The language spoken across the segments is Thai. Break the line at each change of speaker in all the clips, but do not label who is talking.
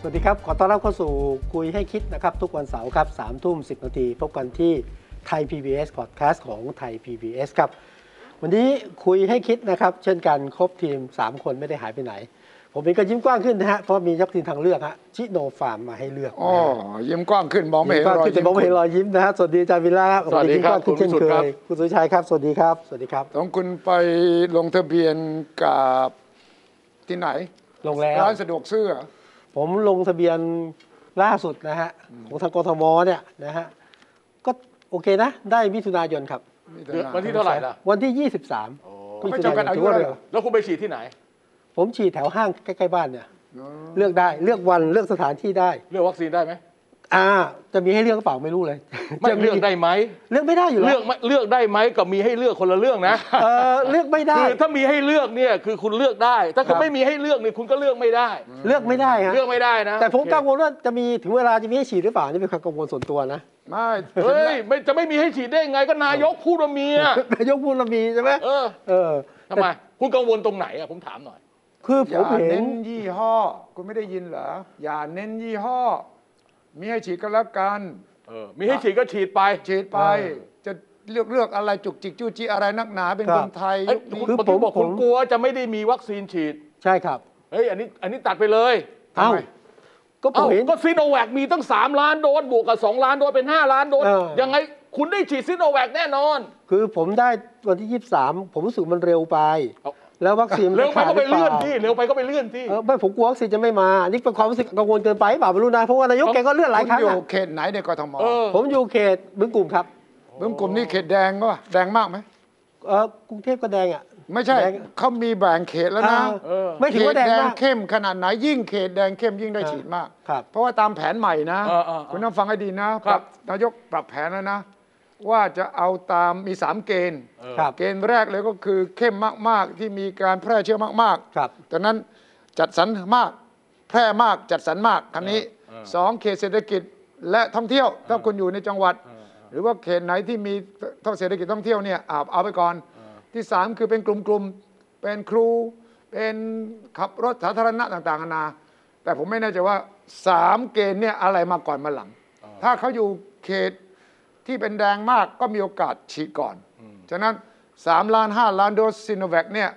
สวัสดีครับ ขอต้อนรับเข้าสู่คุยให้คิดนะครับ ทุกวันเสาร์ครับสามทุ่มสินาทีพบกันที่ไทย PBS Podcast ของไทย PBS ครับ วันนี้คุยให้คิดนะครับ เช่นกันครบทีม 3 คนไม่ได้หายไปไหน ผมเองก็ยิ้มกว้างขึ้นนะฮะ เพราะมียักษ์ทีมทางเลือกฮะชิโนฟาร์มมาให้เลือก
อ๋อยิ้มกว้างขึ้นมองไม่
ยิ้
เห็
ม
น
กว้าง
รอย
ขึ้นแต่ผมเห็นรอยยิ้ม
ยิ้มคุณ
นะฮะสวัสดีอาจารย์วิลาครับ
สวัสดีครับ
ผมยิ้มกว้างขึ้นเช่น
คุณวิสุท
เค
ธิ์ครับ
ยคุณสุชัยครับสวัสดีครับสวัสดีครับ
ของคุณไปลงทะเบียนกับที่ไหน
ลงแล้ว
ร้านสะดวกซื้อเหรอ
ผมลงทะเบียนล่าสุดนะฮะของทางกทมเนี่ยนะฮะก็โอเคนะ ได้มิถุนายนครับ
มีแต่
เดือน
ร้าน
วันที่เท่าไหร่ล่ะ
วันที่ 23
โอ้
ไม่จำกัดอา
ถื
ยุ
อว่า
เล
เร็
ยว เหรอ
แล้วคุณไปฉีดที่ไหน
ผมฉีดแถวห้างใกล้ ๆ บ้านเนี่ย
อ๋อ
เลือกได้เลือกวันเลือกสถานที่ได้
เลือกวัคซีนได้ไหม
อ่า จะมีให้เลือกหรือเปล่าไม่รู้เลย
ไม่
จะมี
เลือกได้ไหม
เลือกไม่ได้อยู่
เลื
แล้
อ
ว
กไม่เลือกได้ไหมกับมีให้เลือกคนละเรื่องนะ
เออเลือกไม่ได้
คือถ้ามีให้เลือกเนี่ยคือคุณเลือกได้ ถ้า
ครั
คุณ
บ
ไม่มีให้เลือกเนี่ยคุณก็เลือกไม่ได้
เลือกไม่ได้ฮะ
เลือกไม่ได้นะ
แต่ผม
โอเค
กังวลว่าจะมีถึงเวลาจะมีให้ฉีดหรือเปล่านี่เป็นความกังวลส่วนตัวนะ
ไม่
เฮ้ยไม่จะไม่มีให้ฉีดได้ไงก็นายกพูดว่ามีอะ
นายกพูดเรามีใช่ไหม
เออ
เออ
ทำไมคุณกังวลตรงไหนอะผมถามหน่อย
คือผ
อย่าม
เห็
เน้
น
นยี่ห้อคุณไม่ได้ยินเหรออย่าเน้นยี่ห้อ มีให้ฉีดก็แล้วกัน
เออมีให้ฉีดก็ฉีดไป
ฉีดไป จะเลือกเลือกอะไรจุกจิกจู้จี้อะไรนักหนาเป็น
ครั
ค
บ
นไทย
เอ้ย
ยุคนี้
คุณเมื่อกี้บอก
ผม
คุณกลัวจะไม่ได้มีวัคซีนฉีด
ใช่ครับ
เฮ้ยอันนี้อันนี้ตัดไปเลย
เอ้า
ทำไม
ก็ผม
เอ้า
เห็น
ก็ซีโนแวคมีตั้ง 3 ล้านโดสบวกกับ 2 ล้านโดสเป็น 5 ล้านโดส
เออ
ยังไงคุณได้ฉีดซีโนแวคแน่นอน
คือผมได้วันที่ 23 ผมรู้สึกมันเร็วไป
เอา
แล้ววัคซีนมัน
เร็วไป
ขาด
ก็ไป
หรื
เลื่อน
ปา
ที่เร็วไปก็ไปเลื่อนที่
เออไม่ผมกลัววัคซีนจะไม่มา อันนี้เป็นความรู้สึกกังวลเกินไปหรือเปล่าไม่รู้นะเพราะว่านายก
ผม
แกก็เลื่อนหลายค
คุ
รั้
ณ
ง
อยู่
อะ
เขตไหนในกทม
เออ
ผมอยู่เขตบึงกลุ่มครับ
บางกลุ่มนี่เขตแดงก็ว่าแดงมากไหม
เออกรุงเทพก็แดงอ่ะ
ไม่ใช่
แดง
เขามีแบ่งเขตแล้วนะ
เอ
เออ
อไม่ถือว่าแดง
เขต
มาก
เข้มขนาดไหนยิ่งเขตแดงเข้มยิ่งได้
อ่า
ฉีดมาก
ครับ
เพราะว่าตามแผนใหม่นะ
เออเออเออ
คุณต้องฟังให้ดีนะ
ครั
ป
บ
นายกปรับแผนแล้วนะ ว่าจะเอาตามมี 3 เกณฑ์
ครับ
เกณฑ์แรกเลยก็คือเข้มมาก ๆ ที่มีการแพร่เชื้อมาก
ครับ
ๆจากนั้นจัดสรรมาก แพร่มากจัดสรรมากครั้งนี้สองเขตเศรษฐกิจและท่องเที่ยว ถ้าคุณอยู่ในจังหวัด หรือว่าเขตไหนที่มีท่องเศรษฐกิจท่องเที่ยวเนี่ยเอาเอาไปก่อน ที่สามคือเป็นกลุ่มๆ เป็นครู เป็นขับรถสาธารณะต่างๆนานา แต่ผมไม่แน่ใจว่าสามเกณฑ์เนี่ยอะไรมาก่อนมาหลัง ถ้าเขาอยู่เขตที่เป็นแดงมากก็มีโอกาสฉีดก่อน ฉะนั้น 3 ล้าน 5 ล้านโดสซิโนแวคเนี่ย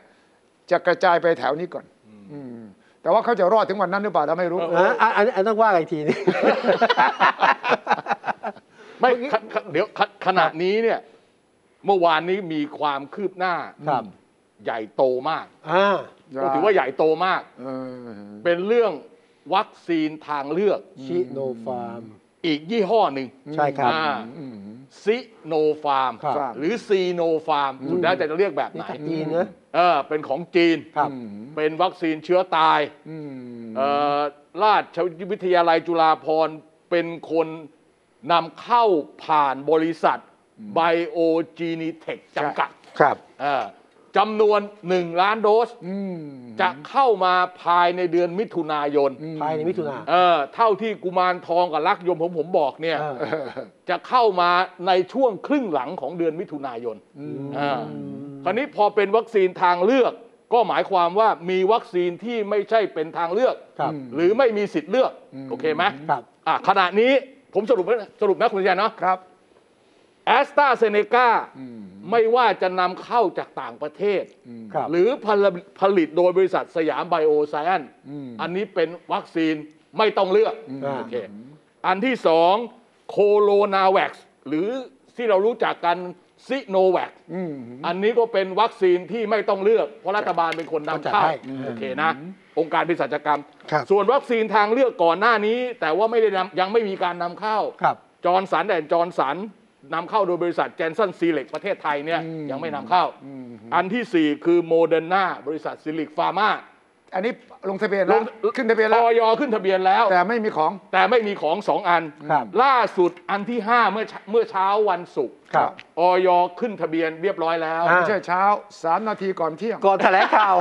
จะกระจายไปแถวนี้ก่อนอืมแต่ว่าเขาจะรอดถึงวันนั้นหรือเปล่าเราไม่รู้
อ่ะอันอันอันต้องว่ากันอีก ทีนึง
ไม่ขขเดี๋ยวขขณะนี้เนี่ย เมื่อวานนี้มีความคืบหน้า
ครับ
ใหญ่โตมาก
อ่า
ก็ถือว่าใหญ่โตมาก
เออ
เป็นเรื่องวัคซีนทางเลือก
ชิโนฟาร์ม
อีกยี่ห้อหนึ่ง
ใช่ครับ
อ่าซิโนฟาร์ม
ครับ
หรือซีโนฟาร์มสุดแล้วแต่จะเรียกแบบ
นี่
ไหน
กับจีนนะ
เออเป็นของจีน
ครับ
เป็นวัคซีนเชื้อตาย
อืม
เอ่อราชวิทยาลัยจุฬาภรณ์เป็นคนนำเข้าผ่านบริษัทไบโอจีน t เทคจำกัด
ครับ
เอ่อจำนวน 1 ล้านโดส
อืม
จะเข้ามาภายในเดือนมิถุนายน
ภายในมิถุนา
เออเท่าที่กุมารทองกับลักษณ์ยมผมผมบอกเนี่ย
เออ
จะเข้ามาในช่วงครึ่งหลังของเดือนมิถุนายนเออคราวนี้พอเป็นวัคซีนทางเลือก ก็หมายความว่ามีวัคซีนที่ไม่ใช่เป็นทางเลือก
ครับ
หรือไม่มีสิทธิ์เลือก โอเคไหม
ครับ
อ่ะขณะนี้ผมสรุปนะสรุปนะคุณชัยเนาะ
ครับ
แอสตราเซเนกาไม่ว่าจะนำเข้าจากต่างประเทศ
ครับ
หรือผลผลิตโดยบริษัทสยามไบโอไซแอนซ์อันนี้เป็นวัคซีนไม่ต้องเลือก
อ่า
โอเคอันที่สองโคโรนาแวคหรือที่เรารู้จักกันซิโนแวคอันนี้ก็เป็นวัคซีนที่ไม่ต้องเลือก เพราะรัฐบาลเป็นคนนำ
ก็จัด
เข้า
ให้
โอเคนะ องค์การเภสัชกรรม
ครับ
ส่วนวัคซีนทางเลือกก่อนหน้านี้ แต่ว่าไม่ได้นำยังไม่มีการนำเข้า
ครับ
จอร์นสันแดนจอร์นสันนำเข้าโดยบริษัทแจนสันซีเล็กประเทศไทยเนี่ยยังไม่นำเข้า อันที่ 4 คือโมเดอร์นาบริษัทซิลิกฟาร์มา
อันนี้ลงทะเบียนแล้วขึ้นทะเบียน
อ
แล้ว
อยขึ้นทะเบียนแล้ว
แต่ไม่มีของ
แต่ไม่มีของสองอัน
ครับ
ล่าสุดอันที่ 5 เมื่อเช้าเมื่อเช้าวันศุกร์
ครับ
ออยขึ้นทะเบียนเรียบร้อยแล้ว
อ่า
ไม่ใช่เช้าสามนาทีก่อนเที่ยง
ก่อนแถลงข่าว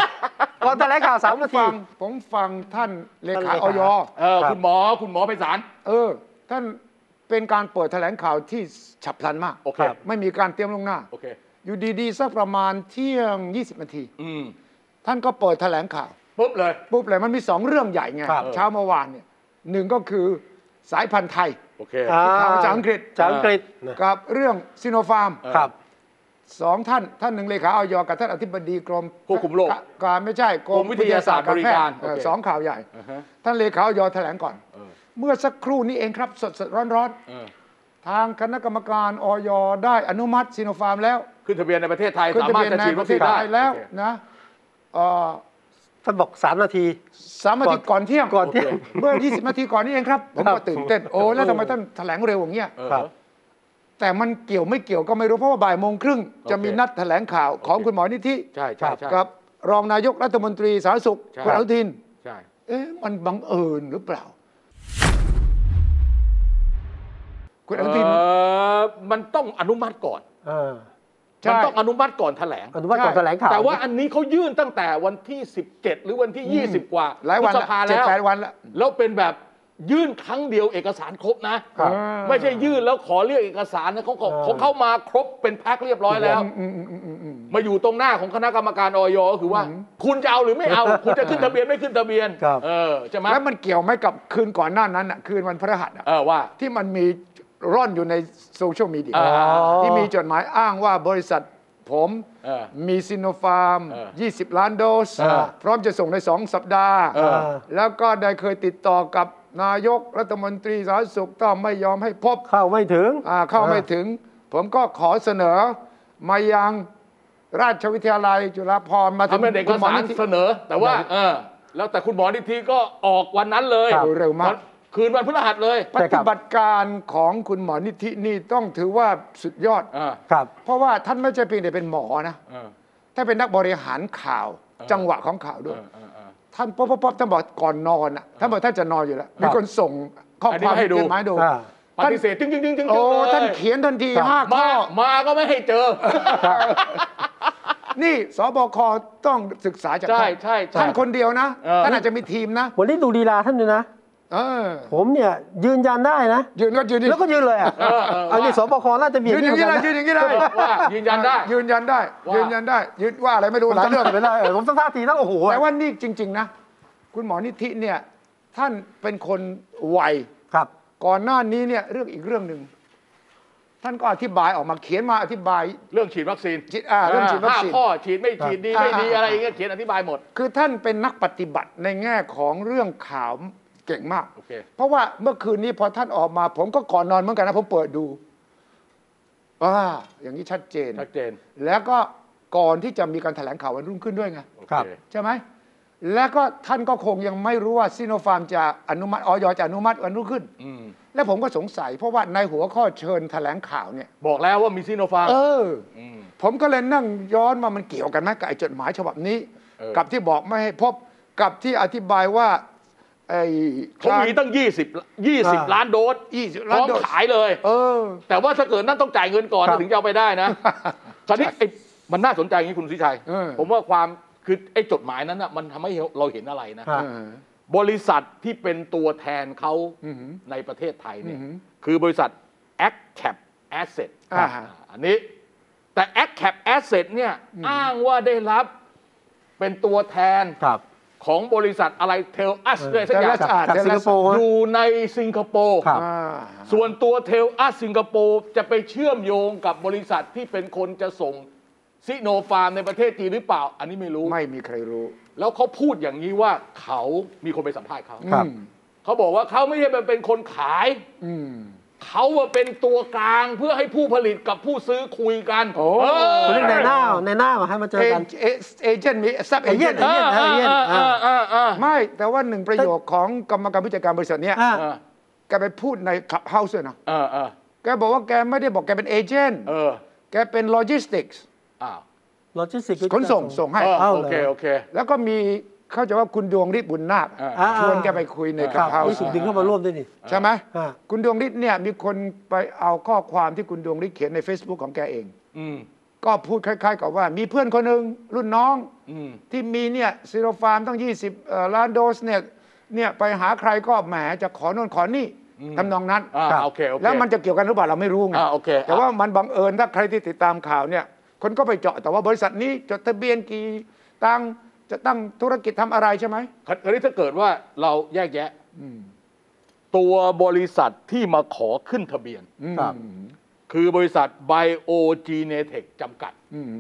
ก่อนแถลงข่าวสามนาที
ฟังผมฟังท่านเลขา
ท่านเลขา
ออย
เออ
ครับ
คุณหมอคุณหมอไพศาล
เออ ท่านเป็นการเปิดแถลงข่าวที่ฉับพลันมาก
โอเค
ไม่มีการเตรียมลวงหน้า
โอเค
อยู่ดีๆสักประมาณเที่ยง 20นาที
อืม
ท่านก็เปิดแถลงข่าว
ปุ๊บเลย
ปุ๊บเลยมันมีสองเรื่องใหญ่ไง
ครับ
เช้าเมื่อวานเนี่ยหนึ่งก็คือสายพันธุ์ไทย
โอเค
ข่าวจากอังกฤษ
จากอังกฤษนะ
กับเรื่องซิโนฟาร์ม
เออ
ครับ
สองท่าน ท่านหนึ่งเลขาออยกับท่านอธิบดีกรม
ควบคุมโรค
กะการไม่ใช่กร
กร
ม
มวิทยาศาสตร์
วิย
บริการ
แพย์เออ
โอเค
สองข่าวใหญ่
อ่าฮะ
ท่านเลขาออยแถลงก่อน
เออ
เมื่อสักครู่นี้เองครับ สดๆร้อน
เออ
ๆ ทางคณะกรรมการออยได้อนุมัติซิโนฟาร์มแล้ว
ขึ้นทะเบียนในประเทศไทย
ขึ้น
สา
ทะ
มาร
เบี
ถ
ยน
จะ
ใน
ฉีด
ป
วัค
ระเท
ซี
ศ
น
ไท
ได้
ยแล้ว
โอเค
นะเอ่อ
ท่านบอกสามนาที
สามอาทิตย์ก่อนเที่ยง
ก่อนเที่ยง
เมื่อ 20 นาทีก่อนนี้เองครับ ผม
ครั
ก็
บ
ตื่นเต้น โอ้ แล้วทำไมท่านแถลงเร็วอย่างเงี้ย
เออ
ครับ
แต่มันเกี่ยวไม่เกี่ยวก็ไม่รู้ เพราะว่าบ่ายโมงครึ่งจะมีนัดแถลงข่าวของ
โอเค
คุณหมอนิธิ
ใช่ใช่ใช่
กับรองนายกรัฐมนตรีสาธารณสุข
ใช่
คุณอนุทิน
ใช่
เอ๊ะ มันบังเอิญหรือเปล่า คุณอนุทิน
เอ่อมันต้องอนุมัติก่อน
เออ
ใช่
มันต้องอนุมัติก่อนแถลง
อนุมัติก่อนแถลงข่าว
แต่ว่าอันนี้เขายื่นตั้งแต่วันที่ 17 หรือวันที่ 20 กว่า
หลายวัน
พฤ
ละ
ษภา
เจ็ด
แล้ว
แปดวันละ
แล้วเป็นแบบยื่นครั้งเดียวเอกสารครบนะ
ครับ
ไม่ใช่ยื่นแล้วขอเรียกเอกสารนะเขาก็
เออ
เขาเข้ามาครบเป็นแพ็คเรียบร้อยแล้ว มาอยู่ตรงหน้าของคณะกรรมการออยก็คือว่า คุณจะเอาหรือไม่เอา คุณจะขึ้นทะเบียนไม่ขึ้นทะเบียน
ครับ
เออใช่ไหม
แล้วมันเกี่ยวไหมกับคืนก่อนหน้านั้นน่ะคืนวันพฤหัสน่ะ
เออว่า
ที่มันมีร่อนอยู่ในโซเชียลมีเดีย
เออ
ที่มีจดหมายอ้างว่าบริษัทผม
เออ
มีซิโนฟาร์ม
เออ
20 ล้านโดส
เออ
พร้อมจะส่งใน 2 สัปดาห์
เออ
แล้วก็ได้เคยติดต่อกับนายกรัฐมนตรีสาธารณสุขก็ไม่ยอมให้พบ
เข้าไม่ถึง
อ่าเข้าไม่ถึง ผมก็ขอเสนอมายังราชวิทยาลัยจุฬาภรณ์มาถึง
ทำเป็นเอก
คุณหมอ
สาร
นิธิ
เสนอ แต่ว่าเออแล้วแต่คุณหมอนิธิก็ออกวันนั้นเลย
ครับเร็วมาก
นคืนวันพฤหัสเลย
ป
ใช่ครับ
ฏิบัติการของคุณหมอนิธินี่ต้องถือว่าสุดยอด
อ่า
ครับ
เพราะว่าท่านไม่ใช่เพียงแต่เป็นหมอนะ
อ่า
ถ้าเป็นนักบริหารข่าว
เออ
จังหวะของข่าวด้วย
อ่าอ่า
ท่านป๊อปป๊อปป๊อปท่านบอกก่อนนอนอ่ะท่านบอกท่านจะนอนอยู่แล้ว มีคนส่งข้อ
อันนี้
ความ
ให้ดู
จดหมายดู
อ่า
ปฏิเสธจึงจึงจึงจึง
โอ้
เลย
ท่านเขียนทันทีห้าข้
มา
อ
มาก็ไม่ให้เจอ
นี่สบคต้องศึกษาจาก
ใช่
ท่าน
ใช่ใช่
ท่านคนเดียวนะ
เออ
ท่านอาจจะมีทีมนะ
วันนี้ดูลีลาท่านด้วยนะ
เออ
ผมเนี่ยยืนยันได้นะ
ยืนก็ยืนดิ
แล้วก็ยืนเลยอ่ะ
เออเออ
อันนี้สปคน่าจะมี
ยืนอย่างนี้ได้
เหมื
ยื
กัะ
นอย่างนี้ได้
ว่ายืนยันได้
ยืนยันได้
ว่า
ยืนยันได้ยืนว่าอะไรไม่รู้หลาย
จำ
เรื่อง
ไม่ได้เออผมต้องท่าทีนั้นโอ้โห
แต่ว่านี่จริง ๆ นะ คุณหมอนิธิเนี่ยท่านเป็นคนไว
ครับ
ก่อนหน้านี้เนี่ยเรื่องอีกเรื่องหนึ่งท่านก็อธิบายออกมาเขียนมาอธิบาย
เรื่องฉีดวัคซีน
ฉีดอ่าเรื่องฉีดวัคซีน
ห้าข้อฉีดไม่ฉีดดี
ครับ
ไม่ดี
อ่า
อะไรอย่างเงี้ยเขียนอธิบายหมด
คือท่านเป็นนักปฏิบัติในแง่ของเรื่องข่าวเก่งมาก
โอเค
เพราะว่าเมื่อคืนนี้พอท่านออกมา ผมก็ก่อนนอนเหมือนกันนะผมเปิดดูอ่าอย่างนี้ชัดเจน
ชัดเจน
แล้วก็ก่อนที่จะมีการแถลงข่าววันรุ่งขึ้นด้วยไง
โอเ
ครับ
ใช่ไหม แล้วก็ท่านก็คงยังไม่รู้ว่าซิโนฟาร์มจะอนุมัติออยจะอนุมัติวันรุ่งขึ้น
อืม
และผมก็สงสัย เพราะว่าในหัวข้อเชิญแถลงข่าวเนี่ย
บอกแล้วว่ามีซีโนฟาร์ม
เออ
ม
ผมก็เลยนั่งย้อนว่ามันเกี่ยวกันไหมกับไอ้จดหมายฉบับนี้
เออ
กับที่บอกไม่ให้พบกับที่อธิบายว่าไอ้
เขามีตั้ง 20 20 ล้านโดส
ยี่สิบ
พ
ล้าน
ร้อม
โดส
ขายเลย
เออ
แต่ว่าถ้าเกิดนั่นต้องจ่ายเงินก่อน
ครับ
ถึงจะเอาไปได้ นะ คราวนี้ไอ้มันน่าสนใจอย่างนี้คุณสุชัย
เออ
ผมว่าความคือไอ้จดหมายนั้นน่ะมันทำให้เราเห็นอะไรนะ
ฮะ
เออ
บริษัทที่เป็นตัวแทนเขา
อือหือ
ในประเทศไทยเนี่ย
อือหือ
คือบริษัท a c c a p Asset
อ่าฮะ
อันนี้ แต่ a c c a p Asset เนี่ยอ้างว่าได้รับเป็นตัวแทน
ครับ
ของบริษัทอะไรเทลอัส
เออ
เลยสักอย่าง
แต่ละ
จากสิงคโปร์
อ
นะ
ยู่ในสิงคโปร์
ครับ
อ่า
ส่วนตัวเทลอัสสิงคโปร์จะไปเชื่อมโยงกับบริษัทที่เป็นคนจะส่งซิโนฟาร์มในประเทศจีนหรือเปล่า อันนี้ไม่รู้
ไม่มีใครรู้
แล้วเขาพูดอย่างนี้ว่าเขามีคนไปสัมภาษณ์เขา
ครับ
อืม
เขาบอกว่าเขาไม่ใช่เป็นคนขาย
อืม
เขาว่าเป็นตัวกลางเพื่อให้ผู้ผลิตกับผู้ซื้อคุยกัน
โอ้
เออ
เขาเรียกในหน้าในหน้ามาให้มาเจอ
เอ
กัน
เอเอเจนต์มีซับเอเจนต์
agent
เออเออเออเออเออ
ไม่แต่ว่าหนึ่งประโยคของกรรมการผู้จัดการบริษัทเนี้ย
อ่ะ
เออ
แกไปพูดในขับเฮาส์ด้วยนะ
เออเออ
แกบอกว่าแกไม่ได้บอกแกเป็นเอเจนต์
เออ
แกเป็นโลจิสติกส์
อ้าว
โลจิสติกส์
ขนส่งส่งให้
เออ
เอา
โอ
เลย
เคโอเค
แล้วก็มี เข้าใจว่าคุณดวงฤทธิ์บุญนาค
อ่า
อ่า
ชวนแกไปคุยใน
ค
กับ
รับ
เขา
นี่สุดดึงเข้ามาร่วมด้วยนี่
ใช่ไหม
อ่า
คุณดวงฤทธิ์เนี่ยมีคนไปเอาข้อความที่คุณดวงฤทธิ์เขียนใน Facebook ของแกเอง
อืม
ก็พูดคล้าย ๆ กับว่ามีเพื่อนคนหนึ่งรุ่นน้อง
อืม
ที่มีเนี่ยซีโรฟาร์มตั้ง 20เอ่อล้านโดสเนี่ยเนี่ยไปหาใครก็แหมจะขอโน่นขอนี่
อืม
ทำนองนั้น
อ่า
ครับ
โอเคโอเค
แล้วมันจะเกี่ยวกันหรือเปล่าเราไม่รู้ไง
อ่าโอเค
แต่ว่ามันบังเอิญถ้าใครที่ติดตามข่าวเนี่ยคนก็ไปเจาะแต่ว่าบริษัทนี้จดทะเบียนกี่ตังค์จะตั้งธุรกิจทำอะไรใช่ไหม
คราวนี้ถ้าเกิดว่าเราแยกแยะตัวบริษัทที่มาขอขึ้นทะเบียน
ครับ
คือบริษัท Biogenetech จำกัด
อืม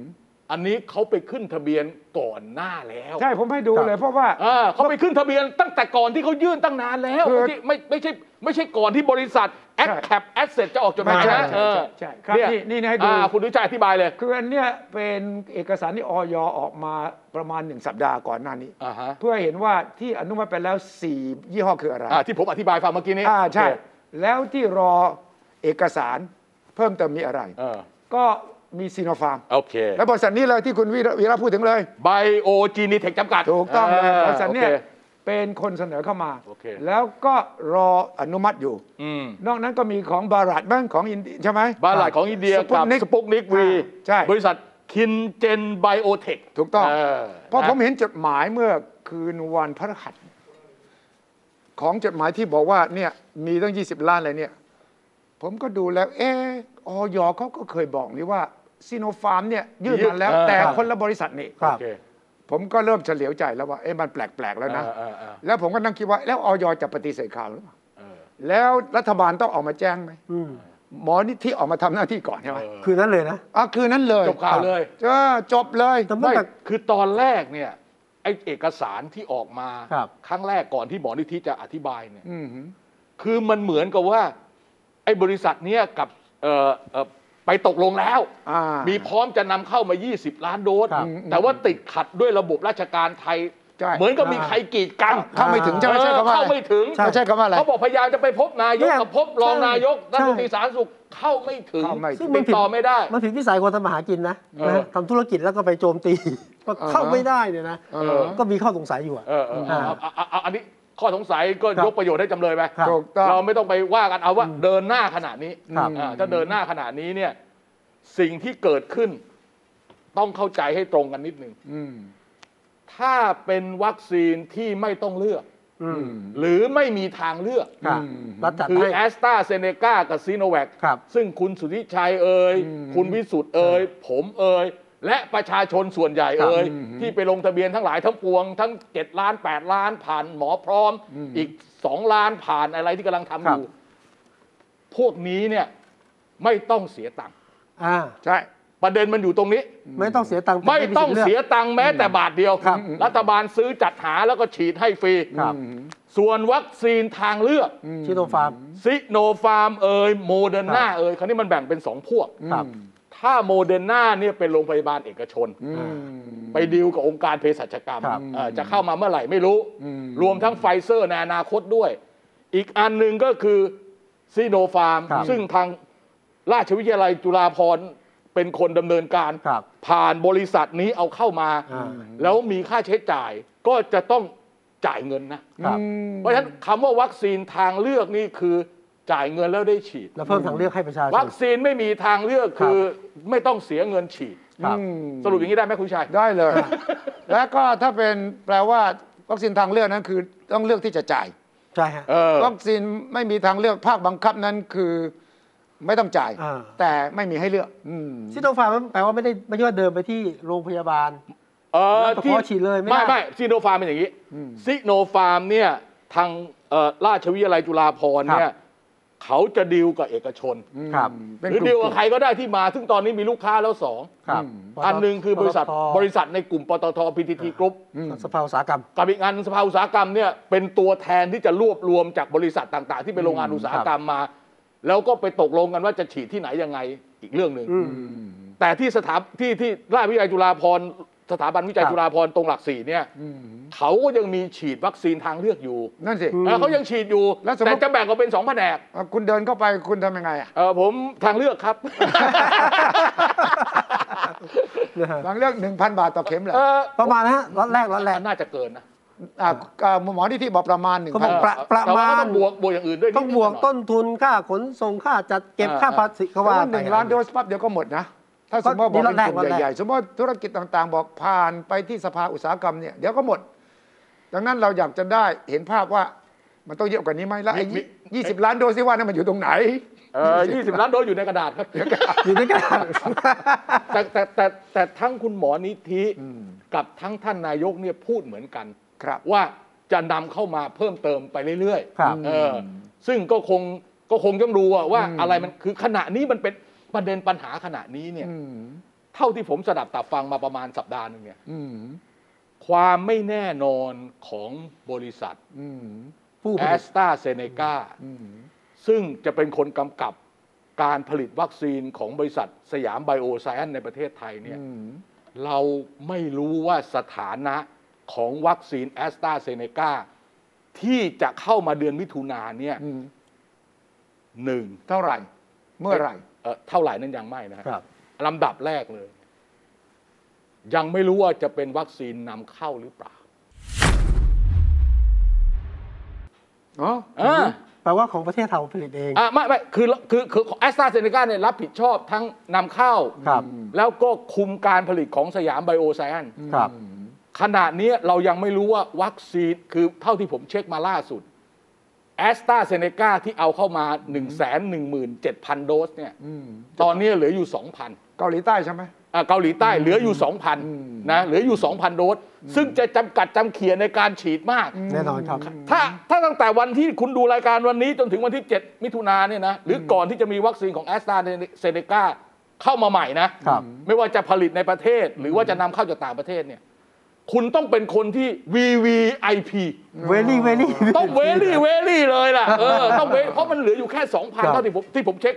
อันนี้เขาไปขึ้นทะเบียนก่อนหน้าแล้ว
ใช่ผมให้ดูเลยเพราะว่า
อ่าเขาไปขึ้นทะเบียนตั้งแต่ก่อนที่เขายื่นตั้งนานแล้ว
คือ
ไม่ใช่ไม่ไม่ใช่ไม่ใช่ก่อนที่บริษัท a
ใช่
c c a p Asset จะออกจดหมาย
ใช่
นะ
ใช่
เออ
ใช่ครับ
เนี่ย
นี่นี่ให้ดู
อ่าคุณดุจัยอธิบายเลย
คืออันเนี้ยเป็นเอกสารที่ออยออกมาประมาณหนึ่งสัปดาห์ก่อนหน้านี้
อ่าฮะ
เพื่อเห็นว่าที่อนุมัติไปแล้ว 4 ยี่ห้อคืออะไร
อ่าที่ผมอธิบายฟังเมื่อกี้นี้
อ่าใช่
โอเค
แล้วที่รอเอกสารเพิ่มเติมมีอะไร
เออ
ก็มีซีโนฟาร์ม
โอเค
และบริษัทนี้เลยที่คุณวีระวีระพูดถึงเลย
ไบโอจีนีเทคจำกัด
ถูกต้องเลยบริษัทเนี่ย
โอค
เป็นคนเสนอเข้ามา
โอเค
แล้วก็รออนุมัติอยู่
อืม
นอกนั้นก็มีของบารัตบ้างของอินเดียใช่ไหม
บาหลาดของอินเดียกับ
Sputnik
สปุกนิกวี
อ่าใช่
บริษัทคินเจนไบโอเทค
ถูกต้อง
เ
เพราะ
น
ผมเห็นจดหมายเมื่อคืนวันพฤหัส ของจดหมายที่บอกว่าเนี่ยมีตั้ง 20 ล้านอะไรเนี่ย ผมก็ดูแล้ว เอออยเขาก็เคยบอกนี่ว่าซีโนฟาร์มเนี่ยยื่นมาแล้ว แต่คนละบริษัทนี่
ครับ
โอเค
ผมก็เริ่มเฉลียวใจแล้วว่าเอ๊ะมันแปลก ๆ แล้วนะ
อ่าอ่า
แล้วผมก็นั่งคิดว่า แล้วออยจะปฏิเสธข่าวหรือเปล่า
เออ
แล้วรัฐบาลต้องออกมาแจ้งไหม
อืม
หมอนิธิออกมาทำหน้าที่ก่อนใช่ไหม
คืนนั้นเลยนะ
อ่ะคืนนั้นเลย
จบข่าวเลย
เออจบเลย
แต่เมื่อ
ไม่คือตอนแรกเนี่ยไอเอกสารที่ออกมา
ครับ
ครั้งแรกก่อนที่หมอนิธิจะอธิบายเนี่ย
อืมหือ
คือมันเหมือนกับว่าไอบริษัทเนี่ยกับเออเอ่อไปตกลงแล้ว
อ่ามี
มีพร้อมจะนำเข้ามา 20 ล้านโดส
ครับ
แต่ว่าติดขัดด้วยระบบราชการไทย
ใช่
เหมือนกับมีใครกีดกัน
เข้าไม่ถึงใช่ไหมใช่คำว่า
เข้า
อะไร
ไม่ถึง
ใช่ใช่คำว่าอะไร
เขาบอกพยายามจะไปพบนาย
เนี่
ก
ย
กับพบรอง
ใช่
นายกรัฐมนตรี
ใช่
สาธารณสุขเข้าไม่ถึง
เข้าไม่ถึง
ติดต่อไม่ได้
มันผิดวิสัยคนทำมาหากินนะ
เออ
นะทำธุรกิจแล้วก็ไปโจมตี ก็เข้าไม่ได้เนี่ยนะ
เออ
ก็มีข้อสงสัยอยู่อะ
เออเออเอาเอาเอาเอาอันนี้ข้อสงสัยก็
ครับ
ยกประโยชน์ให้จำเลยไป
ครับ
ถูกต้อง
เราไม่ต้องไปว่ากันเอาว่าเดินหน้าขนาดนี้
ครับ
อ่าถ้าเดินหน้าขนาดนี้เนี่ยสิ่งที่เกิดขึ้น ต้องเข้าใจให้ตรงกันนิดนึง
อืม
ถ้าเป็นวัคซีนที่ไม่ต้องเลือก
อืม
หรือไม่มีทางเลือก
ค่ะ
อืม
รัฐจัด
คือ
ให้
แอสตราเซเนกากับซีโนแวค
ครับ
ซึ่งคุณสุทธิชัยเอ่ย
อืม
คุณวิสุทธ์เอ่ยผมเอ่ยและประชาชนส่วนใหญ่เอ่ย
อืม
ที่ไปลงทะเบียนทั้งหลายทั้งปวง ทั้ง 7 ล้าน 8 ล้านผ่านหมอพร้อม
อืม
อีก 2 ล้านผ่านอะไรที่กำลังทำอยู่ พวกนี้เนี่ยไม่ต้องเสียตังค์
อ่า
ใช่
ประเด็นมันอยู่ตรงนี้
ไม่ต้องเสียตังค์
ไม่ต้องเสีย
ป็น
ตังค์แม้แต่บาทเดียว
ครับ
รัฐบาลซื้อจัดหาแล้วก็ฉีดให้ฟรี
ผู้มีสิทธิ์เลือกครับ
ส่วนวัคซีนทางเลือก
ชิโนฟาร์ม
ซิโนฟาร์มเอ่ยโมเดอร์นา
ครับ
เอ่ยคราวนี้มันแบ่งเป็นสองพวก
ครับ
ถ้าโมเดอร์นาเนี่ยเป็นโรงพยาบาลเอกชน ไปดีลกับองค์การเภสัชกรรม
ครับ
เอ่อจะเข้ามาเมื่อไหร่ไม่รู้
อืม
รวมทั้งไฟเซอร์ในอนาคตด้วย อีกอันหนึ่งก็คือซีโนฟาร์ม
ครับ
ซึ่งทางราชวิทยาลัยจุฬาภรณ์เป็นคนดำเนินการ
ครับ
ผ่านบริษัทนี้เอาเข้ามา
อ่า
แล้วมีค่าใช้จ่ายก็จะต้องจ่ายเงินนะ
ครับ
เพราะฉะนั้นคำว่าวัคซีนทางเลือกนี่คือจ่ายเงินแล้วได้ฉีด
แล้วเพิ่มทางเลือกให้ประชาชน
วัคซีนไม่มีทางเลือกคือไม่ต้องเสียเงินฉีด
ครับ
สรุปอย่างนี้ได้ไหมคุณชัย
ได้เลย แล้วก็ถ้าเป็นแปลว่าวัคซีนทางเลือกนั้นคือต้องเลือกที่จะจ่าย
ใช่ฮะ
เออ
วัคซีนไม่มีทางเลือกภาคบังคับนั้นคือไม่ต้องจ่าย
อ่า
แต่ไม่มีให้เลือกอืม
ซิโนฟาร์มมันแปลว่าไม่ได้ไม่ใช่ว่าเดินไปที่โรงพยาบาล
เออ
แล้วก็ขอฉีดเลยไม่ได้
ไม่ไม่ซีโนฟาร์มเป็นอย่างนี้ซีโนฟาร์มเนี่ยทางเอ่อราชวิทยาลัยจุฬาภรณ์เนี่ยเขาจะดีลกับเอกชน
ครับ
เป็น
หรือ
ลุ่ม
กดีลกับใครก็ได้ที่มา ซึ่งตอนนี้มีลูกค้าแล้วสอง
ครับ
อันหนึ่งคือบริษัท
ปตท
บริษัทในกลุ่มปตทพีทีทีกรุ๊ป
สภาอุตสาหกรรม
กับอีกอันสภาอุตสาหกรรมเนี่ยเป็นตัวแทนที่จะรวบรวมจากบริษัทต่าง ๆ ที่เป็นโรงงานอุตสาหกรรมมา แล้วก็ไปตกลงกันว่าจะฉีดที่ไหนยังไงอีกเรื่องหนึ่ง
อืม
แต่ที่สถาที่ที่ราชวิทยาลัยจุฬาภรณ์สถาบันวิจั
ค
ย
รับ
จุฬาภรณ์ตรงหลักสี่เนี่ยเขาก็ยังมีฉีดวัคซีนทางเลือกอยู่
นั่นสิ
เออเขายังฉีดอยู่
แล้วสมมุ
แต่
ติ
จะแบ่งออกเป็นสองแผนก
อ่ะคุณเดินเข้าไปคุณทำยังไงอ่ะ
เออผมทางเลือกครับ
นะฮะ
ทางเลือก 1,000 บาทต่อเข็มเหรอ
เออ
ประมาณนะฮะล็อตแรกล็อตแรก
น่าจะเกินนะ
อ่าอ่าหมอที่ที่บอกประมาณหนึ่ง
เขา
พั
บ
น
อกประประ
แต่ว่
มา
ก็
ณ
ต้องบวกบวกอย่างอื่นด้วย
ต้อง
นิดๆ
บวก
หน่อยๆ
ต้นทุนค่าขนส่งค่าจัดเก็บ
อ่า
ค่าภาษีเขาว่า
ว่าห
ไป
นึ่งล้านโดสปั๊บเดี๋ยวก็หมดนะ ถ้าสมมติว่าบอก
ก็นี่รอบ
เป็น
แรก
ก
ร
ลุ่
อบ
ม
แรก
ใหญ่ๆ สมมติว่าธุรกิจต่างๆ บอกผ่านไปที่สภาอุตสาหกรรมเนี่ยเดี๋ยวก็หมด ดังนั้นเราอยากจะได้เห็นภาพว่ามันต้องเยอะกว่านี้ไหมแล้วไอ้
มี
ยี่สิบล้านโดสที่ว่านั่นมันอยู่ตรงไหน
เออยี่สิบล้านโดสอยู่ในกระดาษครับ
อยู่ด้วยกัน
แต่แต่แต่แต่ทั้งคุณหมอนิธิกับทั้งท่านนายกเนี่ยพูดเหมือนกัน
ครับ
ว่าจะนำเข้ามาเพิ่มเติมไปเรื่อย
ครับ
เออซึ่งก็คงก็คงต้องดูอะว่าอะไรมันคือขณะนี้มันเป็นประเด็นปัญหาขณะนี้เนี่ย
อืม
เท่าที่ผมสดับตับฟังมาประมาณสัปดาห์หนึ่งเนี่ย
อืม
ความไม่แน่นอนของบริษัท
อืม
ผู้ผ
แอ
ลิต
สตาเซเนกา
อืม
ซึ่งจะเป็นคนกำกับการผลิตวัคซีนของบริษัทสยามไบโอไซแอนในประเทศไทยเนี่ย
อืม
เราไม่รู้ว่าสถานะของวัคซีนแอสตราเซเนกาที่จะเข้ามาเดือนมิถุนาเนี่ย
อืม
หนึ่ง
เท่าไหร่ เมื่อไหร่
เอ่อเท่าไหร่นั้นยังไม่นะฮะ
ครับ
ลำดับแรกเลย ยังไม่รู้ว่าจะเป็นวัคซีนนำเข้าหรือเปล่า
อ๋อ
อ่า
แปลว่าของประเทศเราผลิตเอง
อ่าไม่ไม่คือคือคือแอสตราเซเนกาเนี่ยรับผิดชอบทั้งนำเข้า
ครับ
แล้วก็คุมการผลิตของสยามไบโอไซแอน
ครับ
ขณะนี้เรายังไม่รู้ว่าวัคซีนคือเท่าที่ผมเช็คมาล่าสุดแอสตราเซเนกาที่เอาเข้ามา 1 1 7 0 0 0 โดสเนี่ย
อืม
ตอนนี้เหลืออยู่ 2,000
เกาหลีใต้ใช่ไหม
อ่ะเกาหลีใต้เหลืออยู่
อืม
2,000นะเหลืออยู่ 2,000 โดส ซึ่งจะจำกัดจำเขียในการฉีดมาก
แน่นอนครับ
ถ้าถ้าตั้งแต่วันที่คุณดูรายการวันนี้จนถึงวันที่ 7 มิถุนาเนี่ยนะหรือก่อนที่จะมีวัคซีนของแอสตราเซเนกาเข้ามาใหม่นะครับ ไม่ว่าจะผลิตในประเทศ หรือว่าจะนำเข้าจากต่างประเทศเนี่ยคุณต้องเป็นคนที่ VVIP
เวลี่เวลี่
ต้องเวลี่เวลี่เลยล่ะเออต้องเวเพราะมันเหลืออยู่แค่
ครับ
2,000เท่าที่ผมที่ผมเช็ค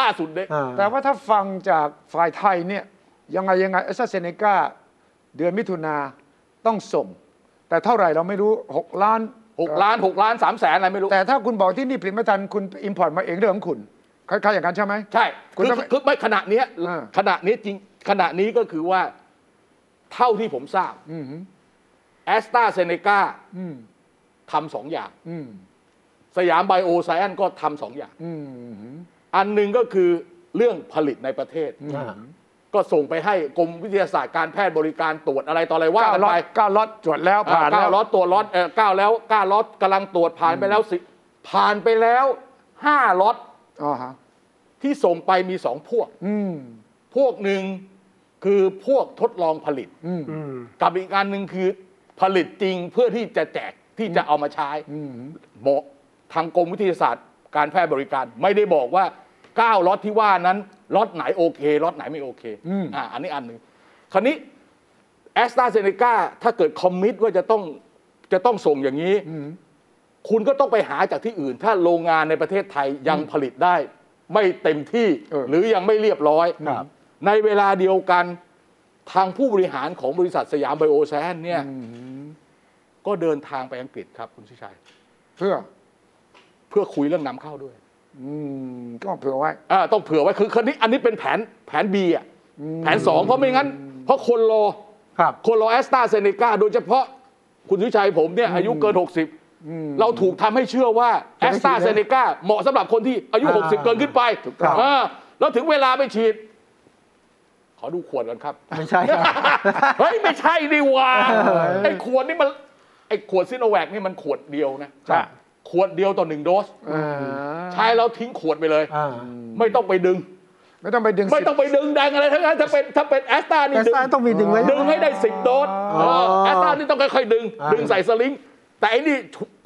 ล่าสุดเนี่ย
อ่า
แต่ว่าถ้าฟังจากฝ่ายไทยเนี่ยยังไงยังไงแอสเซเนกาเดือนมิถุนาต้องส่ง แต่เท่าไหร่เราไม่รู้ 6 ล้าน
หกล้านหกล้านสามแสนอะไรไม่รู้
แต่ถ้าคุณบอกที่นี่ผลิตไม่ทันคุณอิมพอร์ตมาเองเรื่องของคุณคล้ายๆอย่างนั้นใช่ไหม
ใช่
คุณ
คือ
ต้อง
คือไม่ขณะเนี้ย
อ่า
ขณะนี้จริงขณะนี้ก็คือว่าเท่าที่ผมทราบ
อืม
แอสตราเซเนกา
อืม
ทำสองอย่าง
อืม
สยามไบโอไซแอนก็ทำสองอย่าง
อืม
อันหนึ่งก็คือเรื่องผลิตในประเทศ
อ่า
ก็ส่งไปให้กรมวิทยาศาสตร์การแพทย์บริการตรวจอะไรต่ออะไรว่า
เก้า
กัน
ล็อ
ไป
ตเก้าล็อตตรวจแล้ว
อ่า
ผ่าน
เก้า
แล้ว
ล็อตตัวล็อตเออเก้าแล้วเก้าล็อตกำลังตรวจผ่านไปแล้วสิผ่านไปแล้วห้าล็อต
อ๋อฮะ
ที่ส่งไปมีสองพวก
อืม
พวกหนึ่งคือพวกทดลองผลิต
อืม
อืม
กับอีกอันหนึ่งคือผลิตจริงเพื่อที่จะแจกที่จะเอามาใช้
อืม
หมอทางกรมวิทยาศาสตร์การแพทย์บริการไม่ได้บอกว่า9ล็อตที่ว่านั้นล็อตไหนโอเคล็อตไหนไม่โอเคอ่าอันนี้อันหนึ่งคราวนี้แอสตราเซเนกาถ้าเกิดคอมมิตว่าจะต้องจะต้องส่งอย่างนี้ คุณก็ต้องไปหาจากที่อื่น ถ้าโรงงานในประเทศไทยยังผลิตได้ ไม่เต็มที่หรือยังไม่เรียบร้อย
ครับ
ในเวลาเดียวกันทางผู้บริหารของบริษัทสยามไบโอไซแอนเนี่ยก็เดินทางไปอังกฤษครับคุณชิชัย
เพื่อ
เพื่อคุยเรื่องนำเข้าด้วย
อืมก็เผื่อไว้
อ่าต้องเผื่อไว้คือคันนี้อันนี้เป็นแผนแผน B อ่ะแผน 2 เพราะไม่งั้น เพราะคนรอ
ครับ
คนรอแอสตราเซเนกาโดยเฉพาะคุณวิชัยผมเนี่ยอายุเกิน 60 เราถูกทำให้เชื่อว่าแอสตราเซเนกาเหมาะสำหรับคนที่อายุ
อ่า
60 เกินขึ้นไป
ถูกต้อง
อ่าแล้วถึงเวลาไปฉีด ขอดูขวดกันครับ
ไม่ใช่ครับ
เฮ้ย ไม่ใช่ดีว่า
เออ
ไอ้ขวดนี่มันไอ้ขวดซิโนแวคนี่มันขวดเดียวนะ
ใช่
ขวดเดียวต่อหนึ่งโดสใช้แล้วทิ้งขวดไปเลย
อ่า
ไม่ต้องไปดึ ง
ไม่ต้องไปดึง
ไม่ต้องไปดึงแดงอะไรทั้งนั้นถ้าเป็นถ้าเป็นแอสตานี่
แต่
ดึง
สร้างต้องมีดึงไว้
ดึงให้ได้สิบโดส
อ๋อ
แอสตานี่ต้องค่อยๆดึง
อ่า
ดึงใส่สลิงแต่อันนี้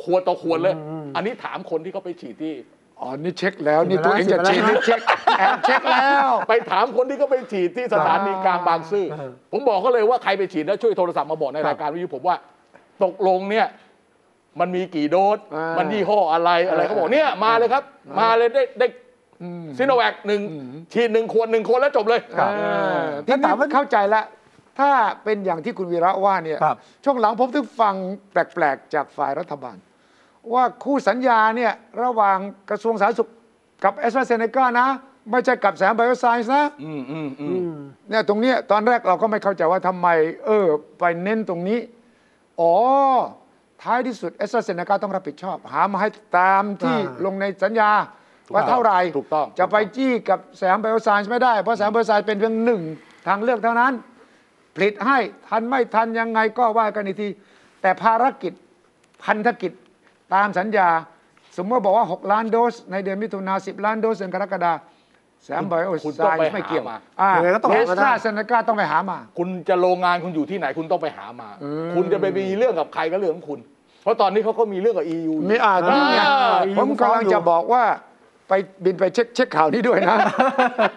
ขวดต่อขวดเลย อันนี้ถามคนที่เขาไปฉีดที่
อ๋อนี่เช็คแล้วนี่ตัวเองจะ
ฉี
เช็ค
ดไปแล้ว
นี่เช็คแอบเช็คแล้ว
ไปถามคนที่เขาไปฉีดที่สถานีกลางบางซื่อ
เออ
ผมบอกเขาเลยว่าใครไปฉีดแล้วช่วยโทรศัพท์มาบอกในรายการวิทยุผมว่า ตกลงเนี่ย มันมีกี่โดส
อ่ามั
มันยี่ห้ออะไรอะไร
เออ
เขาบอกเนี่ยมาเลยครับ มาเลยได้ได้ซิโนแวคหนึ่งฉีดหนึ่งขวดหนึ่งคนแล้วจบเลย
ครับ
เออ
แล้ว
ที่
ถา
ถามม
ว่า
ว่าเข้าใจละถ้าเป็นอย่างที่คุณวีระว่าเนี่ย
ครับ
ช่วงหลังผมถึงฟังแปลกๆ จากฝ่ายรัฐบาล ว่าคู่สัญญาเนี่ยระหว่างกระทรวงสาธารณสุขกับแอสตราเซเนกานะ ไม่ใช่กับแสนไบโอไซน์นะ
อืมอืมอืม
อืม
เนี่ยตรงเนี้ยตอนแรกเราก็ไม่เข้าใจว่าทำไม เออ ไปเน้นตรงนี้ อ๋อ ท้ายที่สุดแอสตราเซเนกาต้องรับผิดชอบ หามาให้ตามที่
อ่า
ลงในสัญญาว่าเท่าไหร่
ถูกต้อง
จะไป
ถูกต้อง
จี้กับแสมไบโอไซน์ไม่ได้ เพราะแสมไบโอไซน์เป็นเพียงหนึ่งทางเลือกเท่านั้น ผลิตให้ทันไม่ทันยังไงก็ว่ากันอีกที แต่ภารกิจพันธกิจตามสัญญา สมมติว่าบอกว่า 6 ล้านโดส ในเดือนมิถุนา10 ล้านโดสเดือนกรกฎาแสมไบโอ
คุณ
ไซ
ต้องไป
น์ไม่เกี่ยว
หามา
ยังไงก็ต้อง
เอ
หา
ส
มาได้
ตราเซเนกาต้องไปหามา
คุณจะโรงงานคุณอยู่ที่ไหนคุณต้องไปหามา คุณจะไปมีเรื่องกับใครก็เรื่องของคุณ เพราะตอนนี้เขาก็มีเรื่องกับ EU อยู่
มีอ่า
อ่า
นี่ไง
อีก
ผมกำลังจะบอกว่าไปบินไปเช็คเช็คข่าวนี้ด้วยนะ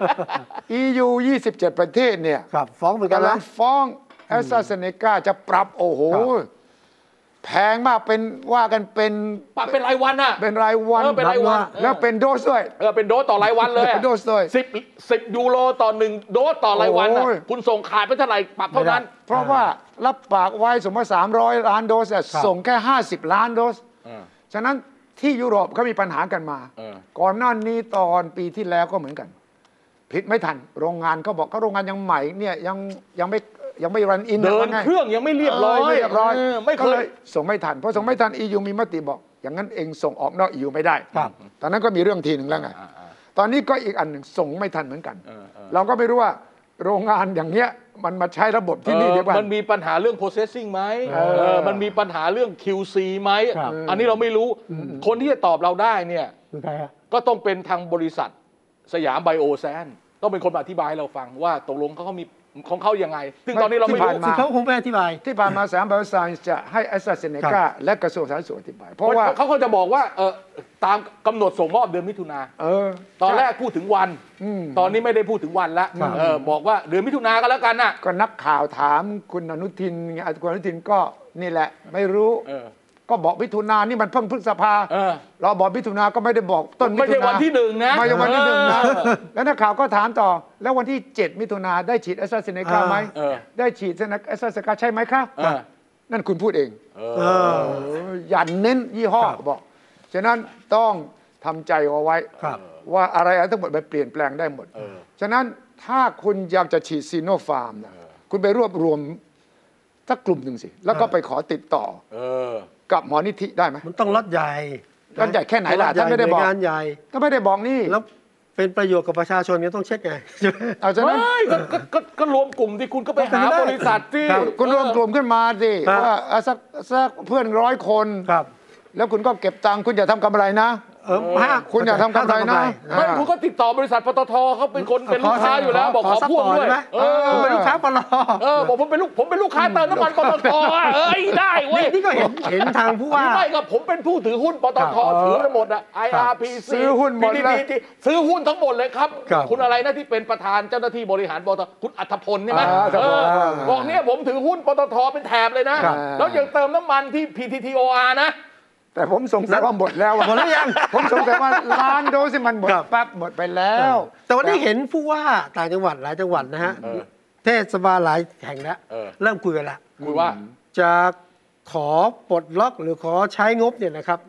EU 27 ประเทศเนี่ย
ครับ ฟ้องเหมือนกัน
กำลั
นะ
งฟ้องแอสตราเซเนกาจะปรับโอ้โห
ครับ
แพงมากเป็นว่ากันเป็น
ปรับเป็นรายวันอะ
เป็นรายวัน
เออเป็นรายวัน
แล้วเป็นโดสด้วย
เออเป็นโดสต่อรายวันเลยอะ
เป็นโดสเลย
สิบสิบยูโรต่อหนึ่งโดสต่อรายวันอะ
โอ้ย
คุณส่งขายไปเท่าไหร่ปรับเท่านั้น
ไม่ได้
เพราะว่ารับปากไว้สมมติ300 ล้านโดสเนี่ย
ครับ
ส่งแค่ 50 ล้านโดส ฉะนั้นที่ยุโรปเขามีปัญหากันมา
เออ
ก่อนหน้านี้ตอนปีที่แล้วก็เหมือนกันผลิดไม่ทัน โรงงานเขาบอกก็โรงงานยังใหม่เนี่ยยังยังไม่ยังไม่รันอิน
เดินเครื่องยังไม่เรียบร้อย
ไม่เรียบร้อย
เออไม่เค
ก็เลย ยส่งไม่ทันเพราะส่งไม่ทัน EU มีมติบอก อย่างนั้นเองส่งออกนอก EU ไม่ได้
ครับ
ตอนนั้นก็มีเรื่องทีหนึ่งแล้วไงตอนนี้ก็อีกอันหนึ่งส่งไม่ทันเหมือนกัน เราก็ไม่รู้ว่าโรงงานอย่างเงี้ยมันมาใช้ระบบที่นี่
เออ
เดียวกัน
มันมีปัญหาเรื่อง processing ไหม
เออ
เออมันมีปัญหาเรื่อง QC ไหม
ครับ
อันนี้เราไม่รู้ คนที่จะตอบเราได้เนี่ย
คือใครฮะ
ก็ต้องเป็นทางบริษัทสยามไบโอแซนต้องเป็นคนมาอธิบายให้เราฟังว่าตกลงเขาเขามีของเขายังไง ซึ่งตอนนี้เราไม่
ที่ผ่า
รู้
นม
คือเขาคงไม่อธิบาย
ที่ผ่านมาสามบริษัทจะให้แอสตราเซเนกาและกระทรวงสาธารณสุขอธิบาย เพ
เพ
ราะ
ราะ
ว่า
ว่าเขาก็จะบอกว่าเออตามกำหนดส่งมอบเดือนมิถุนา
เออ
ตอนแรกพูดถึงวัน
อืม
ตอนนี้ไม่ได้พูดถึงวันละ
ครับ
เออบอกว่าเดือนมิถุนาก็แล้วกันน่ะ
ก็นักข่าวถามคุณอนุทินไงคุณอนุทินก็นี่แหละ ไม่รู้
เออ
ก็บอกมิถุนานี่มันเพิ่งพฤษภา
เออ
เราบอกมิถุนาก็ไม่ได้บอกต้นมิถุนา
ไม่ใช่วันที่หนึ่งนะ
ไม่ใช่วันที่หนึ่งนะ
เออ
แล้วนักข่าวก็ถามต่อ แล้ววันที่ 7 มิถุนาได้ฉีดแอสตราเซเนกาไหม
เออ
ได้ฉีดแอสตราเซเนกาใช่ไหมคะ
เออ
นั่นคุณพูดเอง
เอ
เอ
อ
อ
อย่าเน้นยี่ห้อ
ครับ
บอก ฉะนั้นต้องทำใจเอาไว้
ครับ
ว่าอะไรอะไรทั้งหมดมันเปลี่ยนแปลงได้หมด
เออ
ฉะนั้นถ้าคุณอยากจะฉีดซีโนฟาร์มนะคุณไปรวบรวมสักกลุ่มหนึ่งสิ แล้วก็
เออ
ไปขอติดต่อ
เออ
กับหมอนิธิได้ไหม
มันต้องล็อตใหญ่
ล็อตใหญ่แค่ไหนล่ะ
ล็อตใญ่
ท่านไม่ได้บอก
หวยงานใหญ่
ก็ไม่ได้บอกนี่
แล้วเป็นประโยชน์กับประชาชนก็ต้องเช็คไง
เอาฉะนั้น
ไม่ก็ก็ก็ก็รวมกลุ่มที่คุณก็ไปหาบริษัทที่
ครับ
คุณรวมกลุ่มขึ้นมาสิ
ครับ
ว่าเอาสักสักเพื่อนร้อยคน
ครับ
แล้วคุณก็เก็บตังค์คุณอย่าทำกำไรนะ
เออห้า
คุณอย่าทำกำไรนะ
ไม่คุณก็ติดต่อ บริษัทปตทเขาเป็นคนเป็นลูกค้าอยู่แล้ว บอกขอ
ซั
พ่วง
พพร์ต
ด้วย
ไ
เออ
ผมเป็นลูกค้าปลอ
เออบอกผมเป็นลูกผมเป็นลูกค้าเติมน้ำมันปตทอ่ะเอ้ยได้เว้ย
นี่นี่ก็เห็นเห็นทางผู้
หรื
ว่า
อไม่ก็ผมเป็นผู้ถือหุ้นปต
ค
ท
รับ
ถือทั้งหมดอะ IRPC
ซื้อหุ้นหมดนะ
PTT ซื้อหุ้นทั้งหมดเลยครับ
ครับ
คุณอะไรนะที่เป็นประธานเจ้าหน้าที่บริหารปตทคุณอัธพลใช่ไหม
อ่าอัธ
เอ
พล
อบอกเนี่ยผมถือหุ้นปตทเป็นแถบเลยนะ
ครับ
แล้วยังเติมน้ำมันที่ PTTOR นะ
แต่ผมสงสัยว่าหมด แล้วอะ
หมดหรือยัง
ผมสงสัยว่าล้านโดสที่มันหมด
ครับ
ปั๊บหมดไปแล้ว
แต่วันนี้เห็นผู้ว่าต่างจังหวัดหลายจังหวัดนะฮะ
เออ
เทศบาลหลายแห่งแล้ว
เออ
เริ่มคุยกันละ
คุยว่า
จะขอปลดล็อกหรือขอใช้งบเนี่ยนะครับ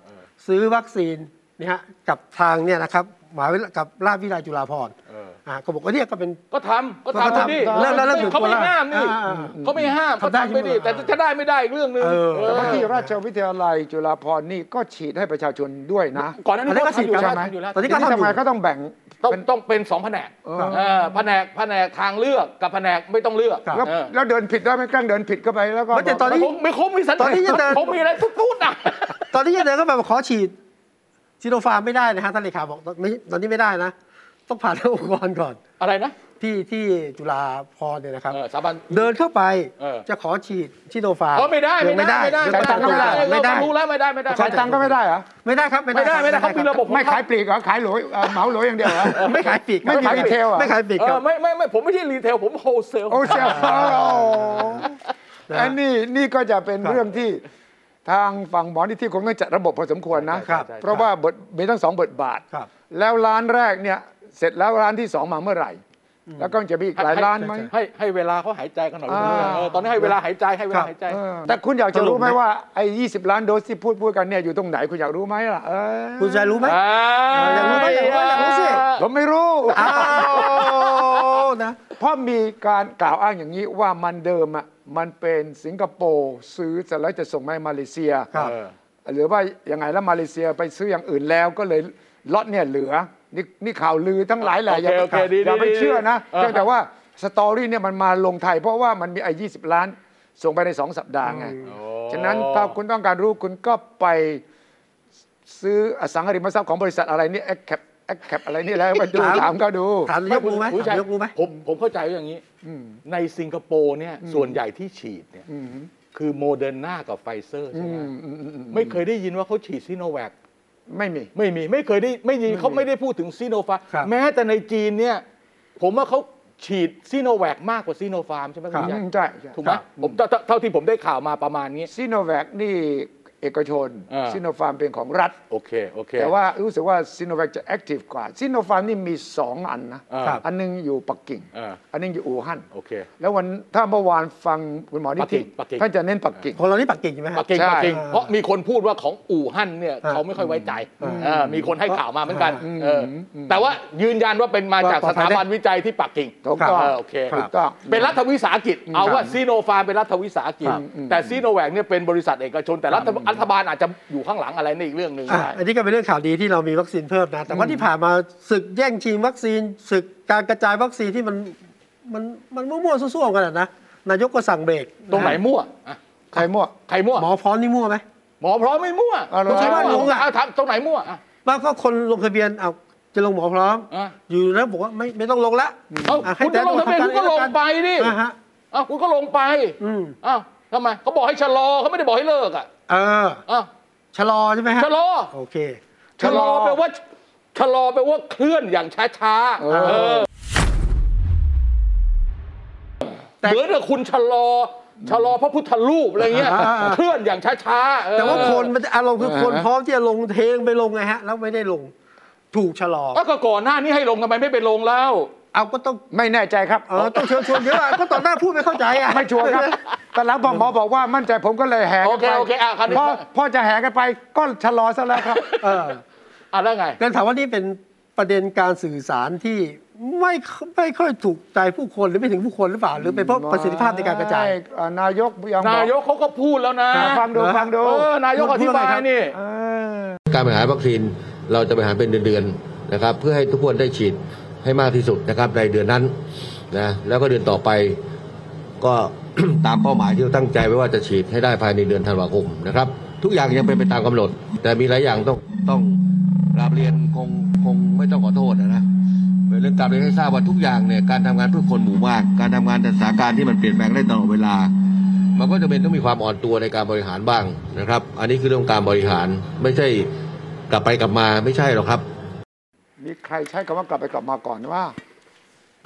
ซื้อวัคซีนนะฮะกับทางเนี่ยนะครับหมหาวิทยาลัยกับราชวิทยาลัยจุฬาภรณ์
เออ
อ่าก็บอกว่าเนี่ยก็เป็น
ก็ทำก็
ก็
ทำไป
ทำ
ดิ
เริ่มแล้วเริ่มถึง
เขาไม่
ตัวละ
ห้ามนี่
อ่า
เขาไม่ห้าม
ทำ
ก็
ได้
ทำไปดิ
ใช่ไหม
แต่จะได้ไม่ได้อีกเรื่องหนึง
เออ
เอ
แต่
อ
ว่าที่ราชวิทยาลัยจุฬาภรณ์นี่ก็ฉีดให้ประชาชนด้วยนะ
ก่อนหนั้าน
อันนี้ก็
ก็ทำอยู่
ฉีดกั
ใช่
น
ไหม
ไหม
อยู่แล้ว
ตอนนี้ก็ทำอยู่
ทำไมก็ต้องแบ่ง
ต้องต้องเป็นสองแผนก
เออ
เออแผนกแผนกทางเลือกกับแผนกไม่ต้องเลือก
ครับ
แล้ว
เออ
แล้วเดินผิดได้ไหมกลางเดินผิดก็ไปแล้วก็
ไม่แต่ตอนนี้
ผมไม่คมมีสัญ
ตอนนี้จะเดิน
ผมมีอะไรตุ๊ดๆอ่ะ
ตอนนี้ยังเดินก็แบบขอฉีดซิโนฟาร์มไม่ได้นะฮะท่านเลขาบอกไม่ตอนนี้ไม่ได้นะ ต้องผ่านทางองค์กรก่อน
อะไรนะ
ที่ที่จุฬาภรณ์เนี่ยนะครับ
เออสถาบัน
เดินเข้าไป
เออ
จะขอฉีดชิโนฟาร์ม
เออไม่ได้
ยัง
ไม่ได้ไม่ได้
ยังไม่ได้
ไม่
ไม่ได้
ได้เรารู้แล้วไม่ได้ไม่ได้
ขายตังค์ก็ไม่ได้เหรอ
ไม่ได้ครับ
ไม่ได้ไม่ได้
ค
เขา
บ
มีระบบ
ไม่
ของ
ขายปลีกเหรอขายโหลเอ่อเหมาโหลอย่างเดียวเหรอ
ไม่ขายปีก
ไม่มี
ขายปีก
รีเทลอะ
ไม่ขายปีก
เอ
ครั
อบ ไม่ไม่ไม่ผมไม่ใช่รีเทลผมโฮเซล
โอ้เสียโอ้
นะฮะ
อันนี้นี่ก็จะเป็น
ครับ
เรื่องที่ทางฝั่งหมอนิธิคงต้องจัดระบบพอสมควรนะ
ครับ
เพราะว่าบทมีทั้งสองบทบาท
ครับ
แล้วร้านแรกเนี่ยเสร็จแล้วร้านที่สองมาเมื่อไหร่ แล้วก็จะมีอีกหลายร้านไหม
ให้ให้เวลาเขาหายใจกันหน่อย
อ่า
เออตอนนี้ให้เวลาหายใจให้เวลาหายใจ
เออแต่คุณอยากจะรู้ไห
ส
ม
รุปไหม
ว่าไอ้ยีล้านโดสที่พูดพูดกันเนี่ยอยู่ตรงไหนคุณอยากรู้ไหมล่ะเออ
คุณจะรู้ไหม
อ่า
อยากรู้ไหมอยากรู้ไหมอยากรู้สิ
ผมไม่รู้
อ้าวนะ
เพราะมีการกล่าวอ้างอย่างนี้ว่ามันเดิมอ่ะมันเป็นสิงคโปร์ซื้อเสร็จแล้วจะส่งมาให้มาเลเซีย
ครับ
เออ
หรือว่ายังไงแล้วมาเลเซียไปซื้ออย่างอื่นแล้วก็เลยล็อตเนี่ยเหลือนี่นี่ข่าวลือทั้งหลายแหละ
โอเค
อย่า
โอ
ไป
เคดี
อย่าไป
ดี
เชื่อนะ
เออ
เพียงแต่ว่าสตอรี่เนี่ยมันมาลงไทย เพราะว่ามันมีไอ้ยีล้าน ส่งไปใน 2 สัปดาห์ไง
โอ้
ฉะนั้นถ้าคุณต้องการรู้คุณก็ไปซื้ออสังหาริมทรัพย์ของบริษัทอะไรนี่แอคแคปแอคแคปอะไรนี่แล้วไปดู
ถาม
ถามก็ดู
ถามนายกรู้ไหม
คุณ
ถา
ชั
มนายกรู้ไหม
ผมผมเข้าใจว่าอย่างนี้ ในสิงคโปร์เนี่ยส่วนใหญ่ที่ฉีดเนี่ยคือโมเดอร์นากับไฟเซอร์ใช่ไหมไม่เคยได้ยินว่าเขาฉีดซีโนแวค
ไม่มี
ไม่มีไม่เคยได้ไม่ยินเขาไม่ได้พูดถึงซีโนฟาร์ม
ครับ
แม้แต่ในจีนเนี่ย ผมว่าเขาฉีดซีโนแวคมากกว่าซีโนฟาร์มใช่ไหมคุณ
ใช่
ยาย
ใช่
ถูกไหมผมเท่าเท่าเท่าที่ผมได้ข่าวมาประมาณนี้
ซีโนแวคนี่เอกชน
อ่า
ซีโนฟาร์มเป็นของรัฐ
โอเคโอเค
แต่ว่ารู้สึกว่าซีโนแวคจะแอคทีฟกว่าซีโนฟาร์มนี่มี 2 อันนะ
อ่า
ครับ
อันหนึงอยู่ปักกิ่ง
อ่า
อันหนึงอยู่อู่ฮั่น
โอเค
แล้ววันถ้าเมื่อวานฟังคุณหมอนิธิ
ปักกิ่ง
ท่านจะเน้นปักกิ่ง
ของเรานี่ปักกิ่งใช่ไหมฮะ
ปักกิ่ง
ใช่
ปักกิ่ง
อ่า
เพราะมีคนพูดว่าของอู่ฮั่นเนี่ย
อ่า
เขาไม่ค่อยไว้ใจเออมีคนให้ข่าวมาเหมือนกัน
อ่า
เอออแต่ว่ายืนยันว่าเป็นมาจาก
ปล
ส
อดภัย
ถาบัน
ได้
วิจัยที่ปักกิ่ง
ถูกต้อง
ครับโอเค
ถูกต้อง
เป็นรัฐวิสาหกิจ เอาว่าซีโนฟาร์มเป็นรัฐวิสาหกิจ
ครับ
แต่ซีโนแวคเนี่ยเป็นบริษัทเอกชน แต่รัฐรัฐบาลอาจจะอยู่ข้างหลังอะไรนี่อีกเรื่องหนึ่ง
อ่ะ
ได้
อันนี้ก็เป็นเรื่องข่าวดีที่เรามีวัคซีนเพิ่มนะ แต่ว่าที่ผ่านมาศึกแย่งชิงวัคซีนศึกการกระจายวัคซีนที่มันมันมันมั่วๆซั่วๆกันอะนะนายกก็สั่งเบรกะ
ตรงไหนมั่วอ่ะ
ใครมั่ว
ใครมั่ว
หมอพร้อมนี่มั่วไหม
หมอพร้อมไม่มั่ว
เอาเหรอ
คุณชัย
ว่าลงอ่ะ
เถามตรงไหนมั่วอ่ะ
บางก็คนลงทะเบียนเอาจะลงหมอพร้อม
อ่ะ
อยู่แล้วบอกว่าไม่ไม่ต้องลงละ
เอ้า
อ่ะให้
คุณจะลงทะเบียน
แต่
คุณก็ลงไปดิ
นะฮะ
เอ้าคุณก็ลงไป
อืม
เอ้าทำไมเขาบอกให้ชะลอเขาไม่ได้บอกให้เลิกอ่ะ
เออ
เอ้า
ชะลอใช่ไหมฮะ
ชะลอ
โอเค
ชะลอแปลว่าชะลอแปลว่าเคลื่อนอย่างช้าๆ
เออ แต่
เหมือนกับคุณชะลอชะลอพระพุทธรูปอะไรเงี้ย
อ่าอ่า
เคลื่อนอย่างช้าๆเออ
แต่ว่าคนมันจะอารมณ์คือ
เออ
คนพร้อมที่จะลงเทงไปลงไงฮะ แล้วไม่ได้ลงถูกชะลอ
อ้าวก็ก่อนหน้านี้ให้ลงทำไมไม่ไปลงแล้ว
เอาก็ต้อง
ไม่แน่ใจครับ
เออต้องเชิญชวนเยอะอะ ก็ตอนหน้าพูดไม่เข้าใจอ่ะ
ไม่ชัวร์ครับ แต่หลังพอหมอบอกว่ามั่นใจผมก็เลยแหกนไป
โอเคโอเคอ่ะคราวนี้
พอพอจะแหกกันไปก็ชะลอซะแล้วครับ
เออ
อ่ะแล้วไง
การถามว่านี่เป็นประเด็นการสื่อสารที่ไม่ค่อยไม่ค่อยถูกใจผู้คนหรือไม่ถึงผู้คนหรือเปล่า หรือเป็นเพราะประสิทธิภาพในการกระจาย
ไม่เอ่อนายกยังบอก
นายกเขาก็พูดแล้วนะ
อ่ะฟังดู
นะ
ฟัง
เอ
ดู
อนายกอธิบายนี่
เออ
การบริหารวัคซีนเราจะบริหารเป็นเดือนๆนะครับ เพื่อให้ทุกคนได้ฉีดให้มากที่สุดนะครับในเดือนนั้นนะแล้วก็เดือนต่อไปก็ ตามเป้าหมายที่เราตั้งใจไว้ว่าจะฉีดให้ได้ภายในเดือนธันวาคมนะครับ ทุกอย่างยังเป็นไปตามกำหนด แต่มีหลายอย่างต้องต้องกราบเรียนคงคงไม่ต้องขอโทษนะนะเป็นเรื่องกราบเรียนให้ทราบว่าทุกอย่างเนี่ยการทำงานเพื่อคนหมู่มาก การทำงานแต่สถานการณ์ที่มันเปลี่ยนแปลงได้ตลอดเวลา มันก็จะเป็นต้องมีความอ่อนตัวในการบริหารบ้างนะครับ อันนี้คือเรื่องการบริหารไม่ใช่กลับไปกลับมาไม่ใช่หรอกครับ
มีใครใช้คำว่ากลับไปกลับมาก่อนว่า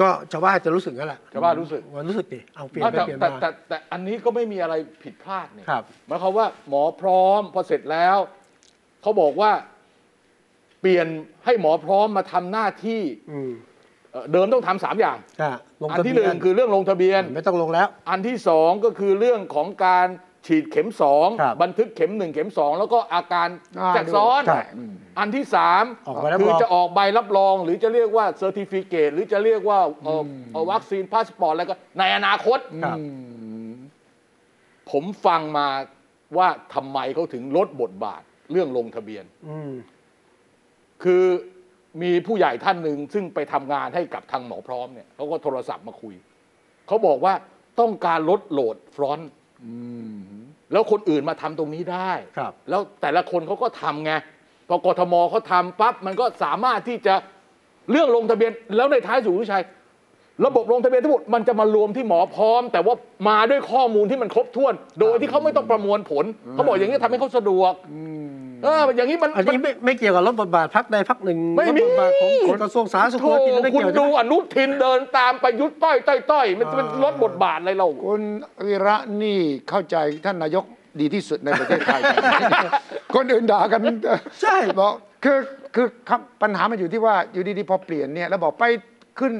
ก็ชาวบ้านจะรู้สึกนั่นแหละ
ชาวบ้านรู้สึก
มันรู้สึกดิเอาเปลี่ยน
อ้าว
ไป
แต่
เปลี่ยน
แต่
มา
แต่แต่อันนี้ก็ไม่มีอะไรผิดพลาดนี่
ครับ
หมายความว่าหมอพร้อมพอเสร็จแล้วเขาบอกว่าเปลี่ยนให้หมอพร้อมมาทำหน้าที่
อืม
เอ่อเดิมต้องทำสามอย่าง
อ่ะลง
อัน
ทะ
ที่
เบี
ห
ย
นึ่
น
งคือเรื่องลงทะเบียน
ไม่ต้องลงแล้ว
อันที่สองก็คือเรื่องของการฉีดเข็มสอง
ครับ
บันทึกเข็มหนึ่งเข็มสองแล้วก็อาการ
อ่า
แจักซ้อน
ใช่
อันที่สาม
ออกใบรับ
คื
รอง
จะออกใบรับรอง หรือจะเรียกว่าเซอร์ติฟิเคตหรือจะเรียกว่าเอ่อเอ่อวัคซีนพาสปอร์ตอะไรก็ในอนาคต
ครับ
อืมผมฟังมาว่าทำไมเขาถึงลดบทบาทเรื่องลงทะเบียน
อืม
คือมีผู้ใหญ่ท่านหนึ่งซึ่งไปทำงานให้กับทางหมอพร้อมเนี่ยเขาก็โทรศัพท์มาคุย เขาบอกว่าต้องการลดโหลดฟรอนต์แล้วคนอื่นมาทำตรงนี้ได้
ครับ
แล้วแต่ละคนเขาก็ทำไง พอกทมเขาทำปั๊บมันก็สามารถที่จะเรื่องลงทะเบียน แล้วในท้ายสุดวิชัย ระบบลงทะเบียนทั้งหมดมันจะมารวมที่หมอพร้อม แต่ว่ามาด้วยข้อมูลที่มันครบถ้วน โดยที่เขาไม่ต้องประมวลผลเขาบอกอย่างนี้ทำให้เขาสะดวกเอออย่างนี้มัน
อันนี้ไม่ไม่เกี่ยวกับลดบทบาทพักใดพักหนึ่ง
ไม่
ลด
มี
บทบาทของของกระทรวงสาธารณสุข
โธ่
ที่ไม่
คุณ
เกี่ยว
ดู
ใช่ไหม
อนุทินเดินตามประยุทธ์ต้อยต้อยต้อยมัน
อ่า
มันลดบทบาทอะไรเรา
คุณวีระนี่เข้าใจท่านนายกดีที่สุดในประเทศไทย คนอื่นด่ากัน
ใช่
บอกคือคือครับปัญหามันอยู่ที่ว่าอยู่ดีๆพอเปลี่ยนเนี่ยแล้วบอกไปขึ้น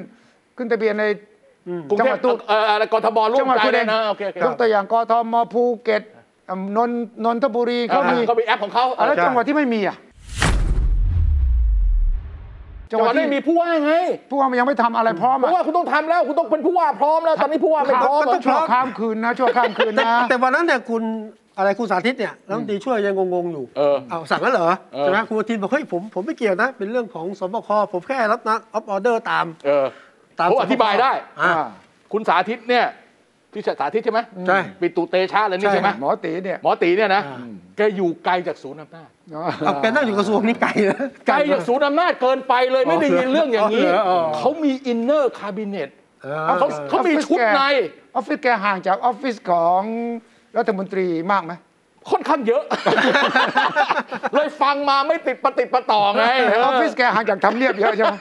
ขึ้นทะเบียนใน
กรุงเท
จังห
พ
วัดตัว
เอ่ออะไรกทมร่ว
จั
ม
งหวัด
ใจ
คุณ
เล
เอย ง
นะโอเคโอเค
ยกตัวอย่างกทมภูเก็ตอ่านนนนทบุรีเขา
เขามี
มี
เขามีแอปของเขา
อ่ะแล้ว
ใช่
จังหวัดที่ไม่มีอ่ะ
จังหวัดไม่มีผู้ว่าไง
ผู้ว่ามันยังไม่ทำอะไรพร้อม
เพราะว่า
อ่ะ
คุณต้องทำแล้วคุณต้องเป็นผู้ว่าพร้อมแล้วตอนนี้ผู้ว่าไม่พร้อม
มัน
เหร
ต้
อ
องชั่วข้ามคืนนะชั่วข้ามคืน
แต่
นะ
แต่วันนั้นเนี่ยคุณอะไรคุณสาธิตเนี่ยรัฐมนตรีช่วยยังงงๆอยู่
เออ
เอาสั่งแล้วเหรอ
เออ
ใช่ไหมคุณอาทินบอกเฮ้ยผมผมไม่เกี่ยวนะ เป็นเรื่องของสบคผมแค่รับนะออฟออเดอร์ตาม
เออ
ตาม
เขาอธิบายได้
อ่า
คุณสาธิตเนี่ย ที่สาธิตใช่ไหม
ใช่
ปิตุเตชะอะไรนี่ใช่ไหม
หมอตีเนี่ย
หมอตีเนี่ยนะ
อ่า
แกอยู่ไกลจากศูนย์อำนาจ
เอาแกนั่งอยู่กระทรวงนี่ไกลนะ
ไกลจากศูนย์อำนาจเกินไปเลยไม่ได้ยินเรื่องอย่างนี้
เหรอ
เขามีอินเนอร์คาบิเนต
เออ
เขาเขามีชุดใน
ออฟฟิศแกห่างจากออฟฟิศของรัฐมนตรีมากไหม
ค่อนข้างเยอะ เลยฟังมาไม่ติดประติดประต่อไง
ออฟฟิศแกห่างจากทำเนียบเยอะใช่ไหม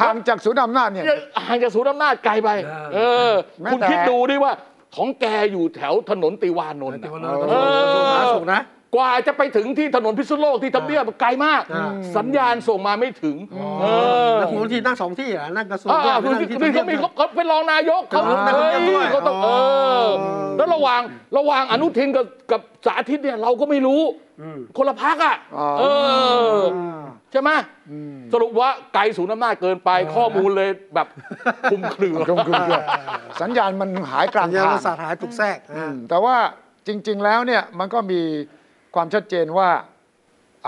ห่างจากศูนย์อำนาจเนี่ย
เนี่ยห่างจากศูนย์อำนาจไกลไป เออ
แม้
คุณ
แต่
คิดดูดิว่า ของแกอยู่แถวถนนติวานนท์
แต่
น่ะ
วันนั้นต้องกระทรวงสาธารณสุขนะ
กว่าจะไปถึงที่ถนนพิษณุโลกที่ทำเนียบไกลมาก
อ่า
สัญญาณส่งมาไม่ถึงเออ
แล้วคุณอาทินนั่งสองที่อ่ะนั่งกระทรวง
อ่า
ด้วย
คือ
นั่ง
คือเขา
ทำ
มี
เนียบ
เขาเขาเป็นรองนายกเขา
เป็นรองนายก
เฮ้ย
ด้วย
เขาต้องเอออแล้วระหว่างระหว่างอนุทินกับกับสาธิตเนี่ยเราก็ไม่รู้ คนละพักอ่ะ
อ๋อ
เออ ใช่ไหมสรุปว่าไกลศูนย์อำนาจเกินไปข้อมูลเลยแบบคลุมเครือ
กลมกลืนสัญญาณมันหายกลาง
สัญญา
ทาง
ประสาทหายถูกแทรก
อื
อ่า
มแต่ว่าจริง ๆ แล้วเนี่ยมันก็มีความชัดเจนว่า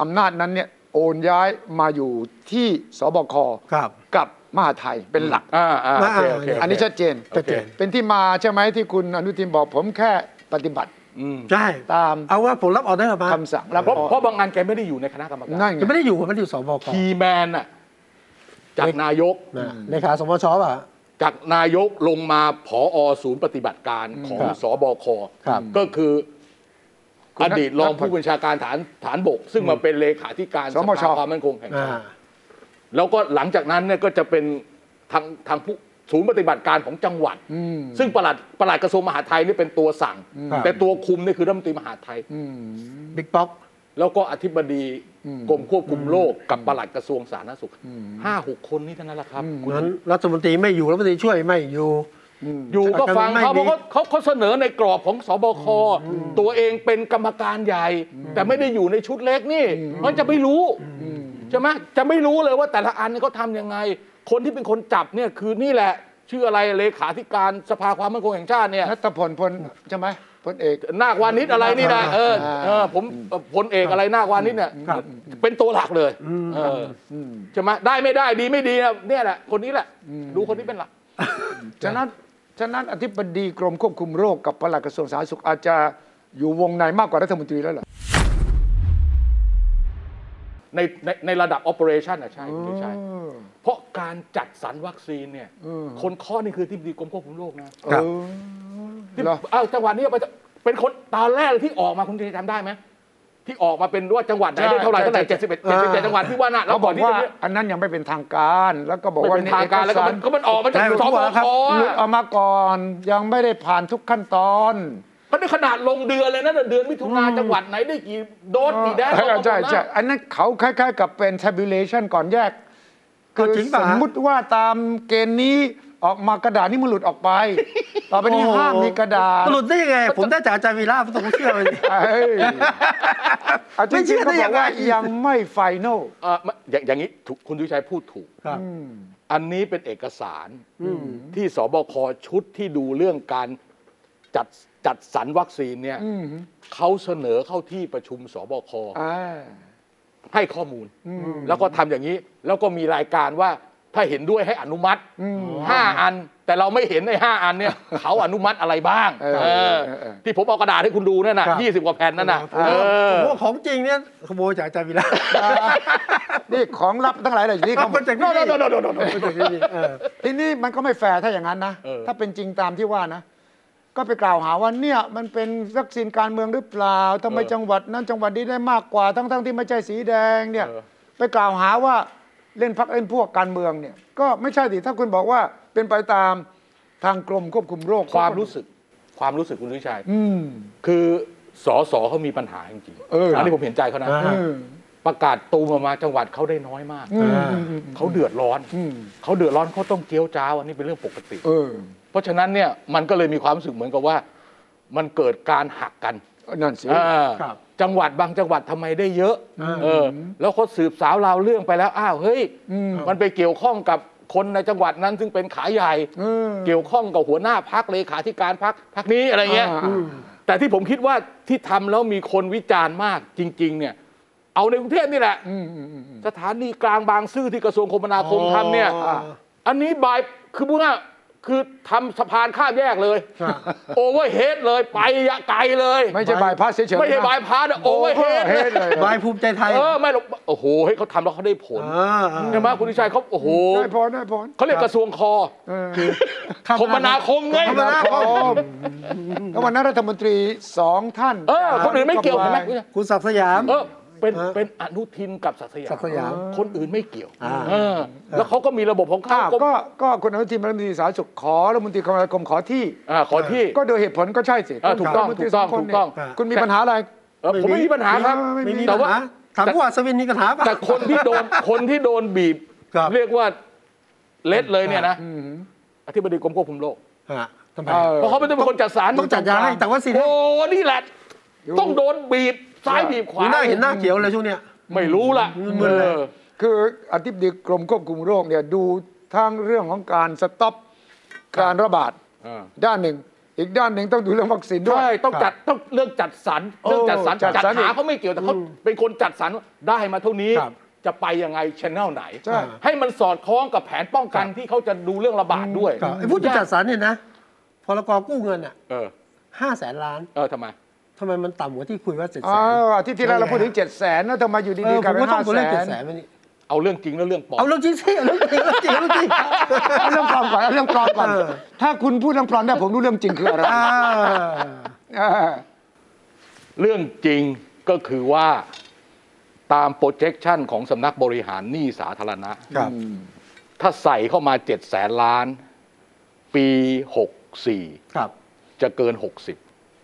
อำนาจนั้นเนี่ยโอนย้ายมาอยู่ที่สบค
ครับ
กับมหาดไทยเป็นหลัก
อ่าอ่าโอเคโอเค
อันนี้ชัดเจน
ชัดเจน
เป็นที่มาใช่ไหมที่คุณอนุทินบอกผมแค่ปฏิบัติ
อืม
ใช่
ตาม
เอาว่าผมรับออเดอร์มา
คำสั่งรับ
เพราะ
ออ
เพราะบางงานแกไม่ได้อยู่ในคณะกรรมการ
นั่น
จะ
ไง
ไม่ได้อยู่ผมไม่ได้อยู่สบค
คีย์แมนน่ะจากนายก
นะเลขาสมชป่ะ
จากนายกลงมาผอศูนย์ปฏิบัติการของ
ครับ
สบค
ครับ
ก็คือ
คุณ
อ
นัท
ดีตรองผู้บัญชาการฐานฐานบก ซึ่งมาเป็นเลขาธิการ
สมช
ภาความมั่นคงแห่ง
อ่า
ชาติแล้วก็หลังจากนั้นเนี่ยก็จะเป็นทางทางผู้ศูนย์ปฏิบัติการของจังหวัด
อืม
ซึ่งปลัดปลัดกระทรวงมหาดไทยนี่เป็นตัวสั่ง
ครับ
แต่ตัวคุมนี่คือรัฐมนตรีมหาดไทย
บิ๊กป๊อก
แล้วก็อธิบดี
อืม
กรมควบคุมโรคกับปลัดกระทรวงสาธารณสุขห้าหกคนนี่เท่านั้นแหละครับ
เพ
คุ
ราะฉะ
ณ
นั้นรัฐมนตรีไม่อยู่รัฐมนตรีช่วยไม่อยู่
อยู่ก็ฟัง
ไม่
เขา
ดี
เพราะเขาเขาเขาเสนอในกรอบของสบค ตัวเองเป็นกรรมการใหญ่ แต่ไม่ได้อยู่ในชุดเล็กนี่ มันจะไม่รู้ใช่ไหมจะไม่รู้เลยว่าแต่ละอันนี่เขาทำยังไง คนที่เป็นคนจับเนี่ยคือนี่แหละ ชื่ออะไรเลขาธิการสภาความมั่นคงแห่งชาติเนี่ย
นัตพลพลใช่ไหมพลเอก
นาควานิชอะไรนี่นะเออ
อ่า
เออผมพลเอกอะไรนาควานิชเนี่ย
ครับ
เป็นตัวหลักเลย
อืม
เอออใช่ไหมได้ไม่ได้ดีไม่ดีนะเนี่ยแหละ คนนี้แหละดูคนนี้เป็นหลัก
ฉะนั้นฉะนั้นอธิบดีกรมควบคุมโรคกับปลัดกระทรวงสาธารณสุขอาจจะอยู่วงในมากกว่ารัฐมนตรีแล้วเหรอ
ในในในระดับ operation อะใช่คุณใช่ เพราะการจัดสรรวัคซีนเนี่ย
อืม
คนข้อนี่คือที่ดีกรมควบคุมโรคนะ
ครับ
เออ
ที่
เหรอ
เอ้าจังหวัดนี้ไปเป็นคนตอนแรกที่ออกมาคุณเจจำได้ไหมที่ออกมาเป็นว่าจังหวัดไหนได้เท่าไหร่เท่าไหร่เจ็ดสิบเอ็ดเจ็ดสิบเจ็ดจังหวัดที่ว่าน่ะแล้
เขา
ว
บ
ก่
อ
อกนที่
ว่า
จะเนี่ย
อันนั้นยังไม่เป็นทางการแล้วก็บอก
ไม่
ว่า
เป็นทางการแล้วก็มันก็มันออกมาจาก
ได้
ส
ผ
บ
มว่า
ค
ครับ
อะ
หลุดออกมาก่อนยังไม่ได้ผ่านทุกขั้นตอน
เพราะในขนาดลงเดือนเลยนะเดือนมิถุนาจังหวัดไหนได้กี่โดสกี่แดส
เออใช่ใช่
ออกมาหมดนะ
อันนั้นเขาคล้ายๆ กับเป็น tabulation ก่อนแยก
ก็จริงป่ะ
สมมุติว่าตามเกณฑ์นี้ออกมากระดาษนี่มันหลุดออกไป ต่อไปนี้
โอ้โ
ห้ามมีกระดาษ
หลุดได้ยังไง ผมได้จากอาจารย์วีระผมต้องเชื่อเลย
เอ้ยาจริ
ไม่เชื่อได้ยังไง
ๆก็บอกว่ายังไม่ไฟแนล
เอ่อไม่อย่างอย่างนี้ถูกคุณดุชัยพูดถูก
ครับ
อันนี้เป็นเอกสารที่สบคชุดที่ดูเรื่องการจัดจัดสรรวัคซีนเนี่ยเขาเสนอเข้าที่ประชุมสบค
อ่า
ให้ข้อมูล แล้วก็ทำอย่างนี้ แล้วก็มีรายการว่าถ้าเห็นด้วยให้อนุมัติห้าอัน แต่เราไม่เห็นในห้าอันเนี่ย เขาอนุมัติอะไรบ้าง เออ ที่ผมเอากระดาษให้คุณดูนั่นน่ะ
ครับ
ยี่สิบกว่าแผ่นนั่นน่ะ
ผม
เอ
ว่าผม
อ
ว่าของจริงเนี่ยขโมยจากอาจารย์วีระ
นี่ของลับทั้งหลายเหลยนี่
เอา
เขา
ไปจากที่นี่เอาไปจากที่นี่เออ
ทีนี้มันก็ไม่แฟร์ถ้าอย่างนั้นนะ ถ้าเป็นจริงตามที่ว่านะ ก็ไปกล่าวหาว่าเนี่ยมันเป็นวัคซีนการเมืองหรือเปล่าทำไมจังหวัดนั้นจังหวัดนี้ได้มากกว่าทั้งๆที่ไม่ใช่สีแดงเนี่ย ไปกล่าวหาว่าเล่นพักเล่นพวกการเมืองเนี่ย ก็ไม่ใช่ดิถ้าคุณบอกว่าเป็นไปตามทางกรมควบคุมโรค
ความรู้สึก ความรู้สึกคุณดุชัย
อืม
คือสอสอเขามีปัญหาจริงๆ
เอออั
นนี้ผมเห็นใจเขานะ
อ่า
อืม
ประกาศตูมออกมาจังหวัดเขาได้น้อยมาก
อืมอืม
เขาเดือดร้อน
อืม
เขาเดือดร้อนเขาต้องเจียวจ้าวอันนี้เป็นเรื่องปกติ
เออ
เพราะฉะนั้นเนี่ยมันก็เลยมีความรู้สึกเหมือนกับว่า มันเกิดการหักกัน
นั่นสิ
อ่า
ครับ
จังหวัดบางจังหวัดทำไมได้เยอะเออแล้วเขาสืบสาวราวเรื่องไปแล้วอ้าวเฮ้ยมันไปเกี่ยวข้องกับคนในจังหวัดนั้นซึ่งเป็นขาใหญ่
เออ
เกี่ยวข้องกับหัวหน้าพักเลขาธิการพักพักนี้อะไรเงี้ย
อ่าอืม
แต่ที่ผมคิดว่าที่ทำแล้วมีคนวิจารณ์มากจริง ๆ เนี่ย เอาในกรุงเทพนี่แหละ
อืมอืมอืมอืม
สถานีกลางบางซื่อที่กระทรวงคมนาคมทำเนี่ย
อ๋อ
อันนี้บายคือพูดง่ายๆคือทำสะพานข้ามแยกเลย
ครับ
โอเวอร์เฮดเลยไปไกลเลย
ไม่ใช่บายพาสเฉยๆ
ไม่ใช่
นะ
บายพาสอะโอเวอร์เฮด
เฮด
เลย
เลย
บายภูมิใจไทย
เออไม่หรอกโอ้โหให้ยเขาทำแล้วเขาได้ผล
อ่า
ใช่ไหมคุณวิชัยเขาโอ้โห
ได้พรได้พร
เขาเรียกกระทรวงคอ
เออ
คมนาคมไง
คมนาคมแล้ววันนั้นรัฐมนตรีสองท่าน
เออคนอื่นไม่เกี่ยวเห็นไหม
คุณศักดิ์สยาม
เออเป็น
เออ
เป็นอนุทินกับศักดิ์สยาม
ศักดิ์สยาม
คนอื่นไม่เกี่ยว
อ่า
เออแล้วเขาก็มีระบบของ
อ้า
เขา
ว
ก็
ก็ก็คนอนุทินรัฐมนตรีสาธารณสุขขอรัฐมนตรีคมนาคมขอที่
อ่าขอที่
ก็โดยเหตุผลก็ใช่สิ
เออถูกต้อง
รัฐมน
ถู
รี
กต้อง
สคน
ถูกต้อง
เนี่ยคุณมีปัญหาอะไร
เออผมไม่มีปัญหาครับ
ไม่
ไม่มี
แต่
ปัญ
ว่า
หาถามผู้ว่าสวินมีปัญหาป่ะ
แต่คนที่โดน คนที่โดนบีบ
ครับ
เรียกว่าเล็ดเลยเนี่ยนะ
อืม
อธิบดีกรมควบคุมโรค
ฮะทำไม
เออ
เพราะเขาไม่ได้เป็นคนจัดสรร
ต้องจัดยาให้แต่ว่าสิ
โอ้นี่แหละ ต้องโดนบีบซ้ายบีบข
หั
วาว
หน้าเห็นหน้าเขียวเลยช่วงเนี้ย
ไม่รู้ล่ะ
มึนๆเลย
ออ
คืออธิบดีกรมควบคุมโรคเนี่ยดูทั้งเรื่องของการสต็อปการระบาด
เออ
ด้านหนึ่ง อีกด้านหนึ่งต้องดูเรื่องวัคซีนด้วย
ใช่ต้องจัดต้องเรื่องจัดสรรเรื่องจัดสรร
จัดสรร
จัด
อี
หาก เขาไม่เกี่ยวแต่เขาเป็นคนจัดสรรว่าได้มาเท่านี้
ครับ
จะไปยังไงชแนลไหน
ใช่
ให้มันสอดคล้องกับแผนป้องกันที่เขาจะดูเรื่องระบาดด้วย
ัไอ้ผู้จัดสรรเนี่ยนะพรกกู้เงินอ่ะ
เออ
ห้าแสนล้าน
เออทำไม
ทำไมมันต่ำกว่าที่คุยว่าเจ็ดแส
อ้าน วอาทิตย์ที่แล้วเราพูดถึง 7 0 0แสนแล้วทำไมอยู่
เอ
ดี
อ
ๆ
ผ
กลาย
ม
เป็
ก็ต้อง
นห้า
ตัว
แส
เลขเจ็ด
น
แสนมานี่
เอาเรื่องจริงแล้วเรื่องปลอม
เอาเรื่องจริงสิเอาเรื่องจริงเอาเรื่องจริงเอาเรื่องจริง
เอาเรื่องปลอมก่อนเอาเรื่องปลอมก่อน
เออ
ถ้าคุณพูดเรื่องปลอมได้ผมรู้เรื่องจริงคืออะไร
อ่า
เออ
เรื่องจริงก็คือว่าตาม projection ของสำนักบริหารหนี้สาธารณะ
ครับ
ถ้าใส่เข้ามา7แสนล้าน ปี 64
ครับ
จะเกิน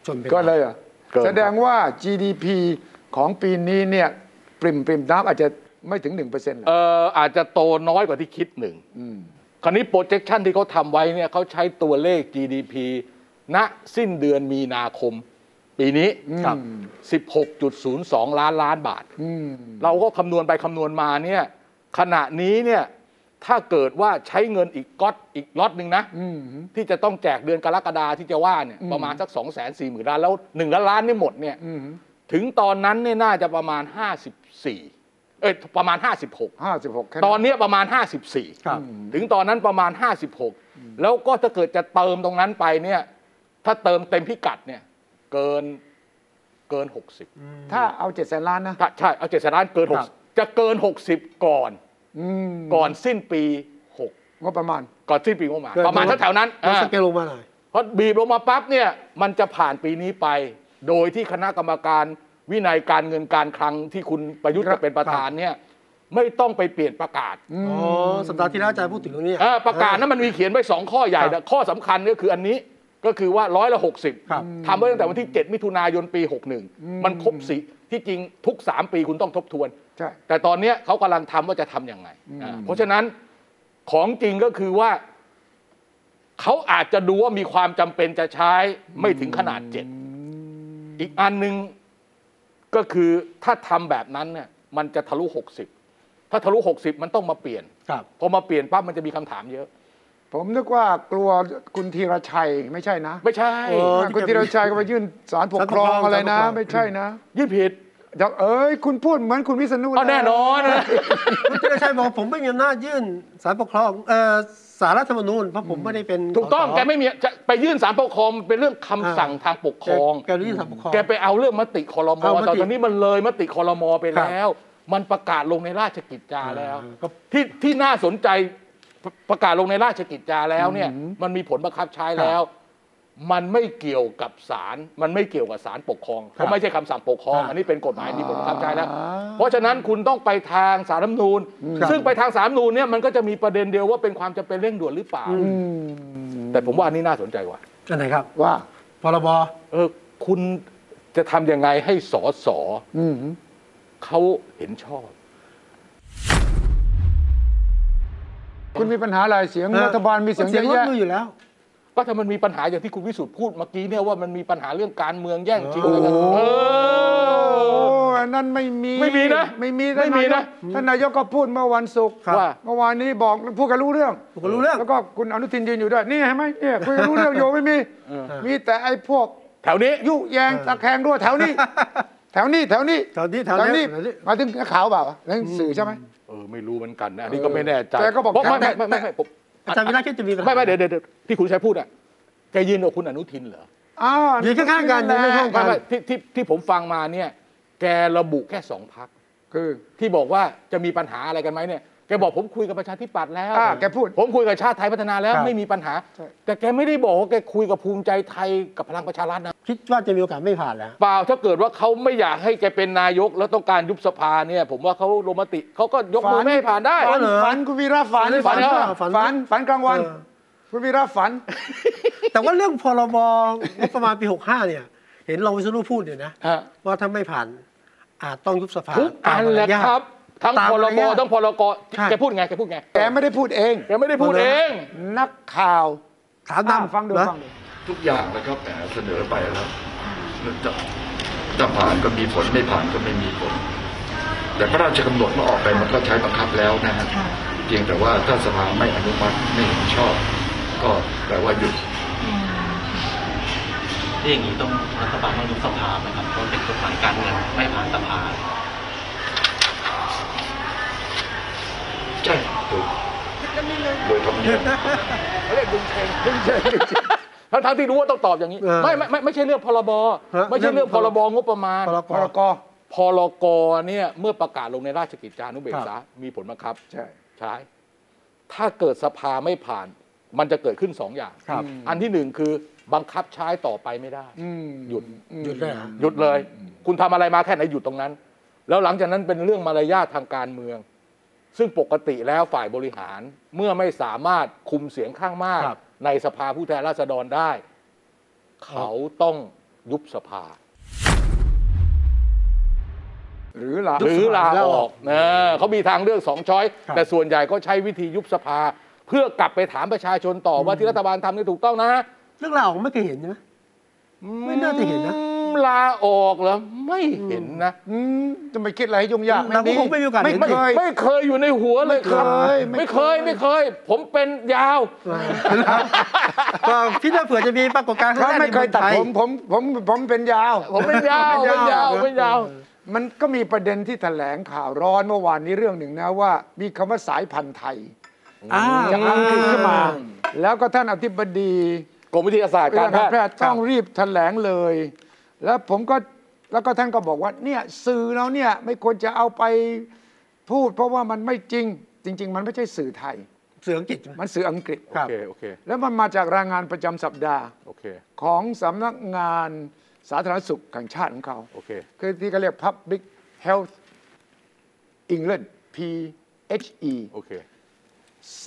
ชนไป
ก็เลยเหรอ
เกินครับ
แสดงว่า GDP ของปีนี้เนี่ยปริมปริมน้ำอาจจะไม่ถึง 1%เปอร์เซ็นต์
60เอ่ออาจจะโตน้อยกว่าที่คิดหนึ่ง คราวนี้ projection ที่เขาทำไว้เนี่ยเขาใช้ตัวเลข GDP ณสิ้นเดือนมีนาคม ปีนี้
ครับ
16.02 ล้านล้านบาท เราก็คำนวณไปคำนวณมาเนี่ยขณะนี้เนี่ยถ้าเกิดว่าใช้เงินอีกก๊อตอีกล็อตหนึ่งนะ ที่จะต้องแจกเดือนกรกฎาที่จะว่าเนี่ยประมาณสัก 2 4 0 0 0 0ล้านแล้ว1ล้านล้านนี่หมดเนี่ยถึงตอนนั้นเนี่ยน่าจะประมาณ 54 เอ้ยประมาณ 56
ห้าสิบหก
ตอนเนี้ยประมาณ 54
ครับ
ถึงตอนนั้นประมาณ 56 แล้วก็ถ้าเกิดจะเติมตรงนั้นไปเนี่ย ถ้าเติมเต็มพิกัดเนี่ย เกินเกิน 60
ถ้าเอา7แสนล้านนะ
ถ้าใช่ เอาเจ็ดแสนล้านเกิน
ครับ
60 จะเกิน 60 ก่อน
อืม
ก่อนสิ้นปี 6
งบประมาณ
ก่อนสิ้นปีงบประมาณประมาณแถวๆนั้น
ลด
อ่า
สเกลลงมาหน่อย
เพราะบีบลงมาปั๊บเนี่ย มันจะผ่านปีนี้ไป โดยที่คณะกรรมการวินัยการเงินการคลังที่คุณประยุทธ์จะเป็นประธานเนี่ย ไม่ต้องไปเปลี่ยนประกาศ
อ๋อ สัปดาห์ที่แล้วอาจารย์พูดถึงเรื่องนี้
เออประกาศนั้นมันมีเขียนไว้สองข้อใหญ่นะข้อสำคัญก็คืออันนี้ก็คือว่าร้อยละหกสิบ
ครับ
ทำไว้ตั้งแต่วันที่ 7 มิถุนายนปี 61 มันครบสีที่จริงทุก 3 ปีคุณต้องทบทวน
ใช่
แต่ตอนเนี้ยเขากำลังทำว่าจะทำยังไงอ่าเพราะฉะนั้นของจริงก็คือว่า เขาอาจจะดูว่ามีความจำเป็นจะใช้ไม่ถึงขนาดเจ็ดอีกอันหนึ่งก็คือถ้าทำแบบนั้นเนี่ยมันจะทะลุ 60 ถ้าทะลุ 60 มันต้องมาเปลี่ยน
ครับ
พอมาเปลี่ยนปั๊บมันจะมีคำถามเยอะ
ผมนึกว่ากลัวคุณธีรชัยไม่ใช่นะ
ไม่ใช่
เออ
คุณธีรชัยก็ไปยื่นสารปกครอง
ศาลปกครอง
อะไรนะ
ศาลปกครอง
ไม่ใช่นะ
ยื่นผิด
เดี๋ยวเอ้ยคุณพูดเหมือนคุณวิษณุ
เอาแน่นอนนะ
คุณธีรชัยบอกผมไม่มีอำนาจยื่นสารปกครองเอ่อสารรัฐธรรมนูญเพราะผมไม่ได้เป็น
ถูกต้อง
สส
แกไม่มีจะไปยื่นสารปกครองเป็นเรื่องคำสั่ง
อ่า
ทางปกครอง
แกยื่นสารปกครอง
แกไปเอาเรื่องมติคอรมอ
เอามติ
ตอนนี้มันเลยมติคอรมอไป
ครับ
แล้ว มันประกาศลงในราชกิจจาแล้ว
อ่าก็
ที่ที่น่าสนใจปประกาศลงในราชกิจจาแล้วเนี่ย มันมีผลบังคับใช้แล้ว มันไม่เกี่ยวกับศาลมันไม่เกี่ยวกับศาลปกครองเพราะไม่ใช่คำสั่งปกครอง อันนี้เป็นกฎหมายมีผลบังคับใช้แล้ว เพราะฉะนั้นคุณต้องไปทางสารรัฐธรรมนูญซึ่งไปทางสารรัฐธรรมนูญเนี่ยมันก็จะมีประเด็นเดียวว่าเป็นความจำเป็นเร่งด่วนหรือเปล่า แต่ผมว่าอันนี้น่าสนใจกว่า
อันไหนครับ
ว่า
พรบ
เออคุณจะทำยังไงให้สอสอ
อืม
เขาเห็นชอบ
คุณมีปัญหาอะไรเสียง
เออ
รัฐบาลมีเสียง
เสี
เย
ยงล
อะ
ด
แยะ
มืออยู่แล้ว
ก็ถ้ามันมีปัญหาอย่างที่คุณวิสุทธ์พูดเมื่อกี้เนี่ยว่ามันมีปัญหาเรื่องการเมืองแย่งชิง
โอ้
อะไรกันเออ
นนั้นไม่มี
ไม่มีนะ
ไม่มี
ไม่มีนะ
ท่านายกท่านนายกก็พูดเมื่อวันศุกร์
ครับ
ว่า
เมื่อวานนี้บอกพูดกันรู้เรื่อง
ผมก็รู้เรื่อง
แล้วก็คุณอนุทินยืนอยู่ด้วยนี่เห็นไหมเนี่ยคุยกันรู้เรื่องโยไม่มี
เออ
มีแต่ไอ้พวก
แถวนี้
ยุแยง
เออ
ตะแคงรั่วแถวนี้ แถวนี้แถวนี้
แถวนี้แถวนี้แถวนี้
มาถึงนักข่าวเปล่าแล้วสื่อใช่ไหม
เออไม่รู้เหมือนกันนะอันนี้ก็ไม่แน่ใจ
แต่ก็บอก
ไม่ไม่
แต่
ไม่ไม่ไม่ผม
อาจารย์วิระคิดจะมีปัญหา
ไม่ไม่เดี๋ยวเดี๋ยวเดี๋ยวที่คุณชัยพูดอ่ะแกยืนกับคุณอนุทินเหรอ
อ้าว
อยู่ข้างๆกันอยู่ในห้อง
ไม่ไม่ที่ที่ที่ผมฟังมาเนี่ย แกระบุแค่สองพัก
คือ
ที่บอกว่าจะมีปัญหาอะไรกันไหมเนี่ย แกบอกผมคุยกับประชาธิปัตย์แล้ว
อ่าแกพูด
ผมคุยกับชาติไทยพัฒนาแล้ว
ครับ
ไม่มีปัญหา
ใช่
แต่แกไม่ได้บอกว่าแกคุยกับภูมิใจไทยกับพลังประชารัฐนะ
คิดว่าจะมีโอกาสไม่ผ่านแล้ว
เปล่าถ้าเกิดว่าเขาไม่อยากให้แกเป็นนายกแล้วต้องการยุบสภาเนี่ย ผมว่าเขาลงมติเขาก็ยกมือไม่ให้ผ่านได้
ฝั
ฝั
น
น
เหรอ
ฝันคุณวีระฝัน
ฝันเหรอฝั
ฝั
น
น
เหรอ
ฝันฝันกลางวัน
เออ
คุณวีระฝัน
แต่ว่าเรื่องพรบงบประมาณปี 65 เนี่ย เห็นรองวิศนุพูดเนี่ยนะ
ฮะ
ว่าถ้าไม่ผ่านอาจต้องยุบสภา
ทุกอันแหละ
ตามมารยาท
ครับ ทั้ง
ตาม
พร
มาร
บ
ยาท
ทั้งพรก
ครับ
แกพูดไงแกพูดไง
แกไม่ได้พูดเอง
แกไม่ได้พูดเอง
นักข่าว
ถามนำ
อ่ะฟังดู
เหรอ
ฟังดู
ทุกอย่างนะครับแต่เสนอไปแล้วจะจะผ่านก็มีผลไม่ผ่านก็ไม่มีผล แต่พระราชกำหนดเมื่อออกไปมันก็ใช้บังคับแล้วนะฮะเพียงแต่ว่าถ้าสภาไม่อนุมัติไม่เห็นชอบ ก็แปลว่าหยุด
ที่อย่างนี้ต้องรัฐบาลต้องยุบสภาไหมครับเพราะเป็นกฎหมายการเงินไม่ผ่านสภา
ใช่ถูกโดยธรรมเนียม
ทั้งทั้งๆที่รู้ว่าต้องตอบอย่างนี้
เออ
ไม่ไมไม่ไม่ใช่เรื่องพรบ
ฮะ
ไม่ใช่เรื่องพรบงบประมาณ
พรก
พรกพรกเนี่ยเมื่อประกาศลงในราชกิจจานุเบกษา มีผลบังคับ
ใช่
ใช่ถ้าเกิดสภาไม่ผ่าน มันจะเกิดขึ้นสองอย่าง
ครับ
อันที่หนึ่งคือบังคับใช้ต่อไปไม่ได้
อืม
หยุด
หยุดเลยเหรอ
หยุดเลย คุณทำอะไรมาแค่ไหนหยุดตรงนั้น แล้วหลังจากนั้นเป็นเรื่องมารยาททางการเมือง ซึ่งปกติแล้วฝ่ายบริหารเมื่อไม่สามารถคุมเสียงข้างมาก
ครับ
ในสภาผู้แทนราษฎรได้ เขาต้องยุบสภา
หรือลา
หรือลาออกนะเขามีทางเลือกสองช้อย
ครับ
แต่ส่วนใหญ่ก็ใช้วิธียุบสภา เพื่อกลับไปถามประชาชนต่อว่าที่รัฐบาลทำนี่ถูกต้องนะ
เรื่องราวของไม่เคยเห็นใช่ไหม ไม่น่าจะเห็นนะ
อืมลาออกเหรอไม่เห็นนะ
อืมจะไม่คิดอะไรให้ยุ่งยาก
เราก็คงไม่มีโอกาส
ไม่
เห็น
เคย
ไม่เคยอยู่ในหัวเลยครับ
ไม่เคยไม่เคย
ไม่เคยไม่เคย ผมเป็นยาว
ก็พี่น่าเผื่อจะมีปรากฏการณ์
เพราะไม่เคยตัดผมผมผมผมเป็นยาว
ผมเป็นยาวเป็นยาวเป็นยาว
มันก็มีประเด็นที่แถลงข่าวร้อนเมื่อวานนี้เรื่องหนึ่งนะว่า มีคำว่าสายพันธุ์ไทยจากอังกฤษขึ้นมา แล้วก็ท่านอธิบดี
กรมวิทยาศาสตร์
กา
การ รแพทย์
แพทย์ต้องรีบแถลงเลย แล้วผมก็แล้วก็ท่านก็บอกว่าเนี่ยสื่อเราเนี่ยไม่ควรจะเอาไปพูด เพราะว่ามันไม่จริง จริง ๆ มันไม่ใช่สื่อไทย
เสืออังกฤษใช่ไหม
มันสื่ออังกฤษ
ครับ
โอเคโอเค
แล้วมันมาจากรายงานประจำสัปดาห์
โอเค
ของสำนักงานสาธารณสุขแห่งชาติของเขา
โอเค
คือที่เขาเรียก Public Health England PHE
โอเค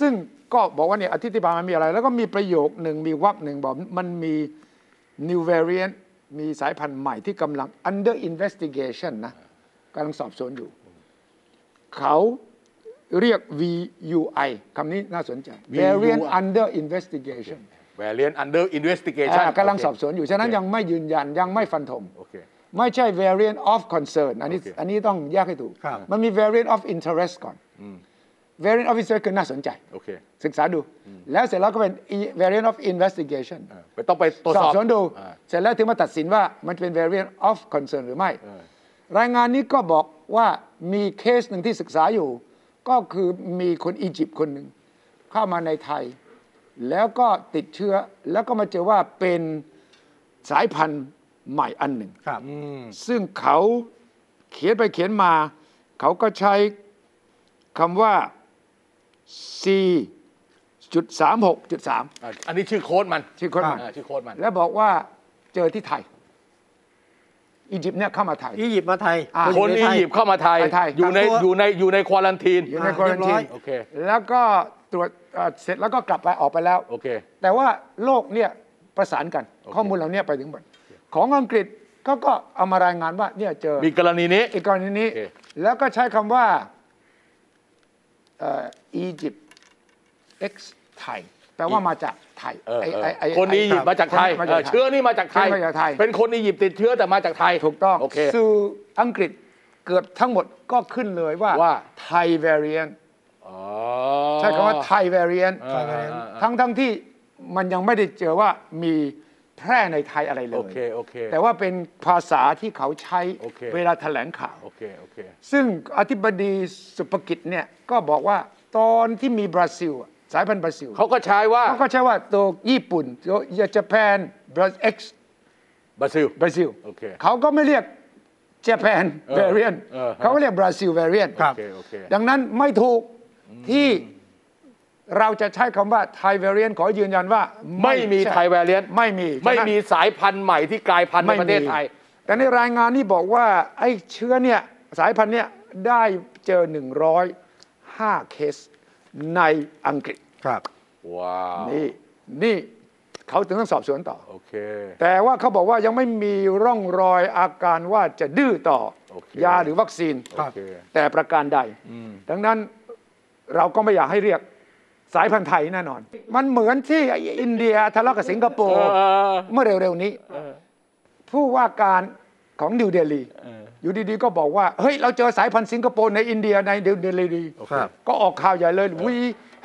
ซึ่งก็บอกว่าเนี่ยอธิบายมันมีอะไร แล้วก็มีประโยคหนึ่งมีวรรคหนึ่งบอกมันมี new variant มีสายพันธุ์ใหม่ที่กำลัง under investigation นะกำลังสอบสวนอยู่ เขาเรียก VUI คำนี้น่าสนใจ variant under investigation
variant under
อ่า
investigation
กำลังสอบสวนอยู่ ฉะนั้นยังไม่ยืนยันยังไม่ฟันธง
โอเค
ไม่ใช่ variant of concern อันนี้
โอเค
อันนี้ต้องแยกให้ถูก
ครับ
มันมี variant of interest ก่อน variant of interest คือน่าสนใจ
โอเค
ศึกษาดู แล้วเสร็จแล้วก็เป็น E- variant of investigation
อ่าไปต้องไปตรวจ
ส
ส
อ
อ
บบ สวนดู
อ่า
เสร็จแล้วถึงมาตัดสินว่ามันเป็น variant of concern หรือไม่
เออ
รายงานนี้ก็บอกว่ามีเคสหนึ่งที่ศึกษาอยู่ ก็คือมีคนอียิปต์คนหนึ่งเข้ามาในไทย แล้วก็ติดเชื้อแล้วก็มาเจอว่าเป็นสายพันธุ์ใหม่อันหนึ่ง
ครับ
ซึ่งเขาเขียนไปเขียนมา เขาก็ใช้คำว่า C จุดสามหกจุดสาม
อ่าอันนี้ชื่อโค้ดมัน
ชื่อคนมัน
อ่าชื่อโค้ดมัน
แล้วบอกว่าเจอที่ไทย อียิปต์เนี่ยเข้ามาไทย
อียิปต์มาไทย
อ่ะ
คนอียิปต์เข้ามาไทย
ไปไทย
อยู่ใน
กักตัว
อยู่ในอยู่ในควอลันทีน
อยู่ใน
อ่ะ
ควอรัน
เรียบร้อ
ที
น ย
โอเค
แล้วก็ตรวจเอ่อเสร็จแล้วก็กลับไปออกไปแล้ว
โอเค
แต่ว่าโลกเนี่ยประสานกัน ข้อมูลเราเนี่ยไปถึงหมดของอังกฤษก็ก็เอามารายงานว่าเนี่ยเจอ
มีกรณีนี้
อีกกรณีนี้
โอเค
แล้วก็ใช้คำว่าเอ่ออียิปต์ X ไทยแปลว่ามาจากไทย
เออเออ
ไไไ
คนอียิปต์มาจากไทย
คน
เออเชื้อนี่มาจากไทย
เชื้อมาจากไทย
เป็นคนอียิปต์ติดเชื้อแต่มาจากไทย
ถูกต้อง
โอเค
สื่ออังกฤษ เกือบทั้งหมดก็ขึ้นเลยว่า
ว่า
ไทย variant
อ๋อ
ใช้คำว่าไทย variant
อ่าอ่าอ่า
ทั้งทั้งที่มันยังไม่ได้เจอว่ามีแพร่ในไทยอะไรเล
โอย เคโอเค
แต่ว่าเป็นภาษาที่เขาใช้
โอเค
เวลาแถลงข่าว
โอเคโอเค
ซึ่งอธิบดีสุภกิจเนี่ยก็บอกว่าตอนที่มีบราซิลอะสายพันธุ์บราซิล
เขาก็ใช้ว่า
เขาก็ใช้ว่าตัวญี่ปุ่นตัวญี่ปุ่นบราเอ็กซ์
บราซิล
บราซิล
โอเค
เขาก็ไม่เรียก Japan
เออ
variant
เออฮะ
เขาก็เรียกบราซิล variant
ครับโอเคโอเค
ดังนั้นไม่ถูกที่เราจะใช้คำว่าไทย variant ขอยืนยันว่า
ไม่มี
ใช่
ไทยแวเลียน
ไม่มี
ไม่มีสายพันธุ์ใหม่ที่กลายพันธุ์ในประเทศไทย
มีแต่ในรายงานนี่บอกว่าไอ้เชื้อเนี่ยสายพันธุ์เนี่ยได้เจอ 105 เคสในอังกฤษ
ครับ
ว้าว
นี่นี่เขาถึงต้องสอบสวนต่อ
โอเค
แต่ว่าเขาบอกว่ายังไม่มีร่องรอยอาการว่าจะดื้อต่อ
โอเค
ยาหรือวัคซีน
ครับโอเค
แต่ประการใด
อืม
ดังนั้นเราก็ไม่อยากให้เรียกสายพันธุ์ไทยแน่นอน มันเหมือนที่อินเดียทะเลาะกับสิงคโปร์ เมื่อเร็วๆนี้ ผู้ว่าการของนิวเดลีอยู่ดีๆก็บอกว่า เฮ้ย เราเจอสายพันธุ์สิงคโปร์ในอินเดียในนิวเดลี
ครับ
ก็ออกข่าวใหญ่เลย we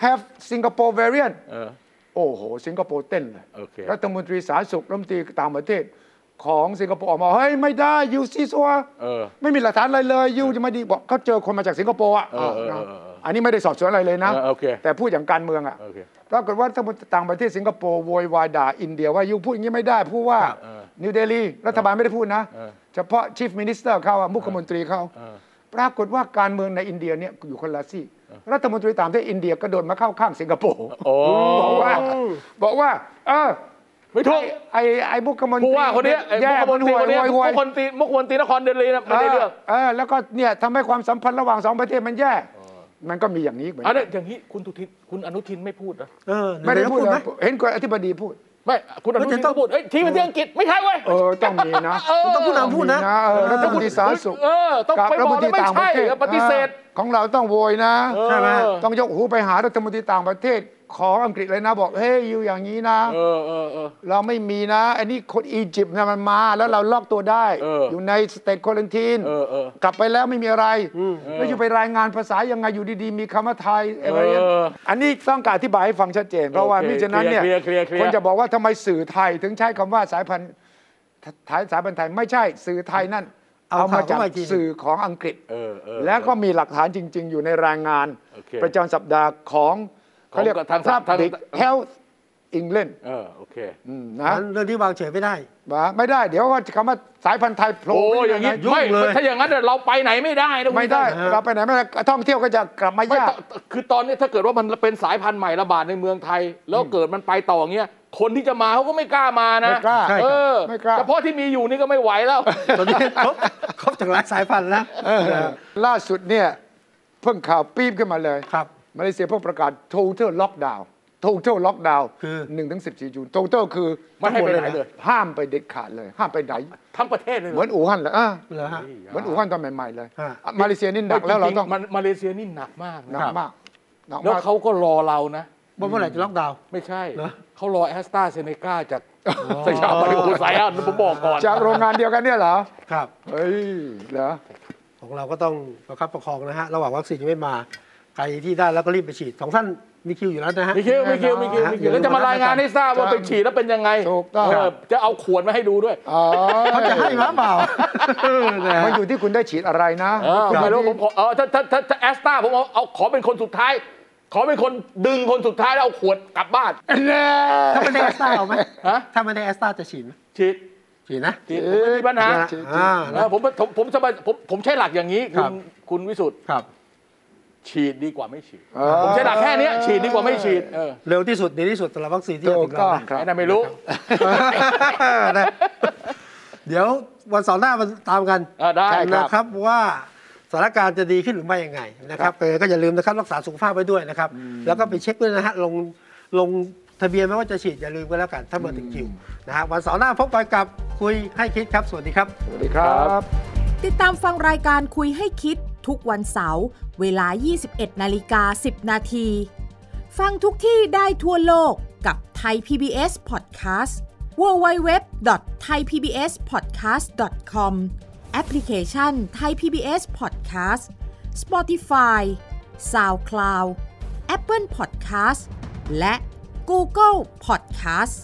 have Singapore variant
เออ
โอ้โห สิงคโปร์เต้นเลย
โอเค
รัฐมนตรีสาธารณสุขรัฐมนตรีต่างประเทศของสิงคโปร์ออกมา เฮ้ย ไม่ได้ยูซีซัว
เออ
ไม่มีหลักฐานอะไรเลยยูจะมาดีบอกเขาเจอคนมาจากสิงคโปร์อ่ะ
เออเออเออเออ
อันนี้ไม่ได้สอบสวนอะไรเลยนะ
เออโอเค
แต่พูดอย่างการเมืองอ่ะ
โอเค
ปรากฏว่าถ้าต่างประเทศสิงคโปร์โวยวายด่าอินเดียว่ายูพูดอย่างนี้ไม่ได้ผู้ว่า
เออ
นิวเดลีรัฐบาลไม่ได้พูดนะ
เออ
เฉพาะ Chief Minister เขาอะมุขมนตรีเขาปรากฏว่าการเมืองในอินเดียเนี่ยอยู่คนละซี่รัฐมนตรีต่างประเทศอินเดียก็โดนมาเข้าข้างสิงคโปร์
โอ้
บอกว่าบอกว่า เออ
ไม่ถูก
ไอ้ไอ้มุขมนตรี
ผู้ว่าคนเนี้ยไอ้
แย่
มุกคนต
ห่
รี
วย
คนเนี้ย
ห่วย
มุกคนตรีมุกคนตรีนครเดลีนะไม่ได้เรื่อง
เออแล้วก็เนี่ยทำให้ความสัมพันธ์ระหว่างสองประเทศมันแย่ มันก็มีอย่างนี้เหมือน
อัน
กั
นี้
น
อย่างนี้คุณทุทินคุณอนุทินไม่พูดนะ
เออ
ไม่ได้พูด
ไหม
นะเห็นคุณอธิบดีพูด
ไม่คุณอนุทินก็พูดเอ้ยทีมที่อังกฤษไม่ใช่เว้ย
เออต้องมีนะ
เ
มันต้องผู้นำพูดนะ
เออรัฐมนตรีสาธารณสุข
เออต้อง
กับ
ไป
รัฐ
บ
ม
อน ก
ตรี
แล้วไม่
ต่างประ
ใช่
เทศ
ปฏิเสธ
อ่าของเราต้องโวยนะ
ใช่ไหม
เออ
ต้องยกหูไปหารัฐมนตรีต่างประเทศของอังกฤษเลยนะ บอกเฮ้ยอยู่อย่างนี้นะ
เออเออเออ
เราไม่มีนะไอ้นี่คนอียิปต์นะมันมา แล้วเราล็อกตัวได้
เออ
อ
อยู่
ในสเตทควอลันทีน
เออเออก
ลับไปแล้วไม่มีอะไร แล้วอยู่ไปรายงานภาษายังไงอยู่ดีๆ มีคำว่าไทยเอเวอเรน
เออ
อันนี้ต้องการอธิบายให้ฟังชัดเจน เพราะว่า
โอเค
มิฉะนั้นเนี่ย
เคลียร์เคลียร์เคลียร์
คนจะบอกว่าทำไมสื่อไทยถึงใช้คำว่าสายพันธุ์ไทยสายพันธุ์ไทยไม่ใช่สื่อไทยนั่น
เอา
เอามาจาก
ข่าวเข้ามาอีกที
สื่อของอังกฤษ
เออเออ
แล้วก็มีหลักฐานจริง ๆ อยู่ในรายงาน
โอเค
ประจำสัปดาห์ของเขาเรียก
ทางสา
Public
ทาง
Health England
เออโอเค
อืมนะ
งั้นเรื่องนี้วางเฉยไม่ได้
มาไม่ได้เดี๋ยวว่าคำว่าสายพันธุ์ไทยโผล่
โอ้
ขึ้ม
อย่างนี้
ไหน
ไม่
ยุ่งเลย
ถ้าอย่างนั้นเราไปไหนไม่ได้นะคุณ
ไม่ได้
ฮะ
เราไปไหนไม่ได้ท่องเที่ยวก็จะกลับมา
ไม่
ยาก
ต่อคือตอนนี้ถ้าเกิดว่ามันเป็นสายพันธุ์ใหม่ระบาดในเมืองไทย แล้วเกิดมันไปต่ออย่างเงี้ยคนที่จะมาเขาก็ไม่กล้ามานะ
ไม่กล้า
ใช่
เออ
ไม่กล้า
เฉพาะที่มีอยู่นี่ก็ไม่ไหวแล้ว
ตอนนี้ ครบครบจากหลายสายพันธุ์แล้ว
เออล่าสุดเนี่ยเพิ่งข่าวปี๊บขึ้นมาเลย
ครับ
มาเลเซียเพิ่งประกาศ total lockdown total lockdown
คือ
หนึ่งถึงสิบสี่จูน total คือ
ไม่ให้ไปไหนเลย
ห้ามไปเด็ดขาดเลย ห้ามไปไหน
ทั้งประเทศเลย
เหมือนอู่ฮั่นเลยอ่ะ
เหรอฮะ
เหมือนอู่ฮั่นตอนใหม่ๆเลย
ฮะ
อ่ะมาเลเซียนี่หนักแล้วเราต้อง
มันมาเลเซียนี่หนักมาก
ห
นะ
นักมากหนัก
แล้ว
มาก
เขาก็รอเรานะ
ว่าเมื่อไหร่จะล็อกดาวน์
ไม่ใช่
เหรอ
เขารอแอสตราเซเนกาจากสยามบริโภคไซอันผมบอกก่อน
จากโรงงานเดียวกันเนี่ยเหรอ
ครับ
เฮ้ยเหรอ
ของเราก็ต้องประคับประคองนะฮะ ระหว่างวัคซีนยังไม่มา ใครที่ได้แล้วก็รีบไปฉีดสองท่านมีคิวอยู่แล้วนะฮะ
มีคิวมีคิวมีคิวมีคิวแล้วจะมารายงานให้ทราบว่าไปฉีดแล้วเป็นยังไง
ถูกต้อง
เอจะเอาขวดมาให้ดูด้วย
อ๋อ
เขาจะให้มาเปล่าเออนะ
มัน
ฮะ
อยู่ที่คุณได้ฉีดอะไรนะ
เออ
คุณ
ไม่รู้
ด้
ผมขอเออถ้าถ้าถ้าถ้าแอสตาผมเอาเอาขอเป็นคนสุดท้าย ขอเป็นคนดึงคนสุดท้ายแล้วเอาขวดกลับบ้าน
แน่
ถ้าไม่ได้แอสตาเอาไหม
ฮะ
ถ้าไม่ได้แอสตาจะฉีดไหม
ฉีด
ฉีดนะ
ฉีดผมไม่มีปัญหา
นะอ่า
เอ
นะ
อผมผมผมสบายผมผมใช้หลักอย่างนี้
ครั
คุ
บ
ณคุณวิสุทธ์
ครับ
ฉีดดีกว่าไม่ฉีด ผมใช้หลักแค่เนี้ยฉีดดีกว่าไม่ฉีดเออ
เร็วที่สุดดีที่สุดสำหรับวัคซีนที่จะ
ถู
ถึ
ก
งเรา
ต้อง
นะ
ครับ
ไอ้นั่นไม่รู้
นะ เดี๋ยววันเสาร์หน้ามันตามกัน
เออได้ค
นะ
รับ
ครับว่าสถานการณ์จะดีขึ้นหรือไม่ยังไงนะครับเออก็อย่าลืมนะครับรักษาสุขภาพไว้ด้วยนะครับ แล้วก็ไปเช็คด้วยนะฮะลงลงทะเบียนไม่ว่าจะฉีดอย่าลืมก็แล้วกันถ้ามาถึงคิวนะฮะวันเสาร์หน้าพบกันกับคุยให้คิดครับ สวัสดีครับ
สวัสดีครับ
ติดตามฟังรายการคุยให้คิดทุกวันเสาร์เวลา 21 นาฬิกา 10 นาที ฟังทุกที่ได้ทั่วโลกกับไทย PBS Podcast www.thaipbspodcast.com แอปพลิเคชันไทย PBS Podcast Spotify SoundCloud Apple Podcast และ Google Podcast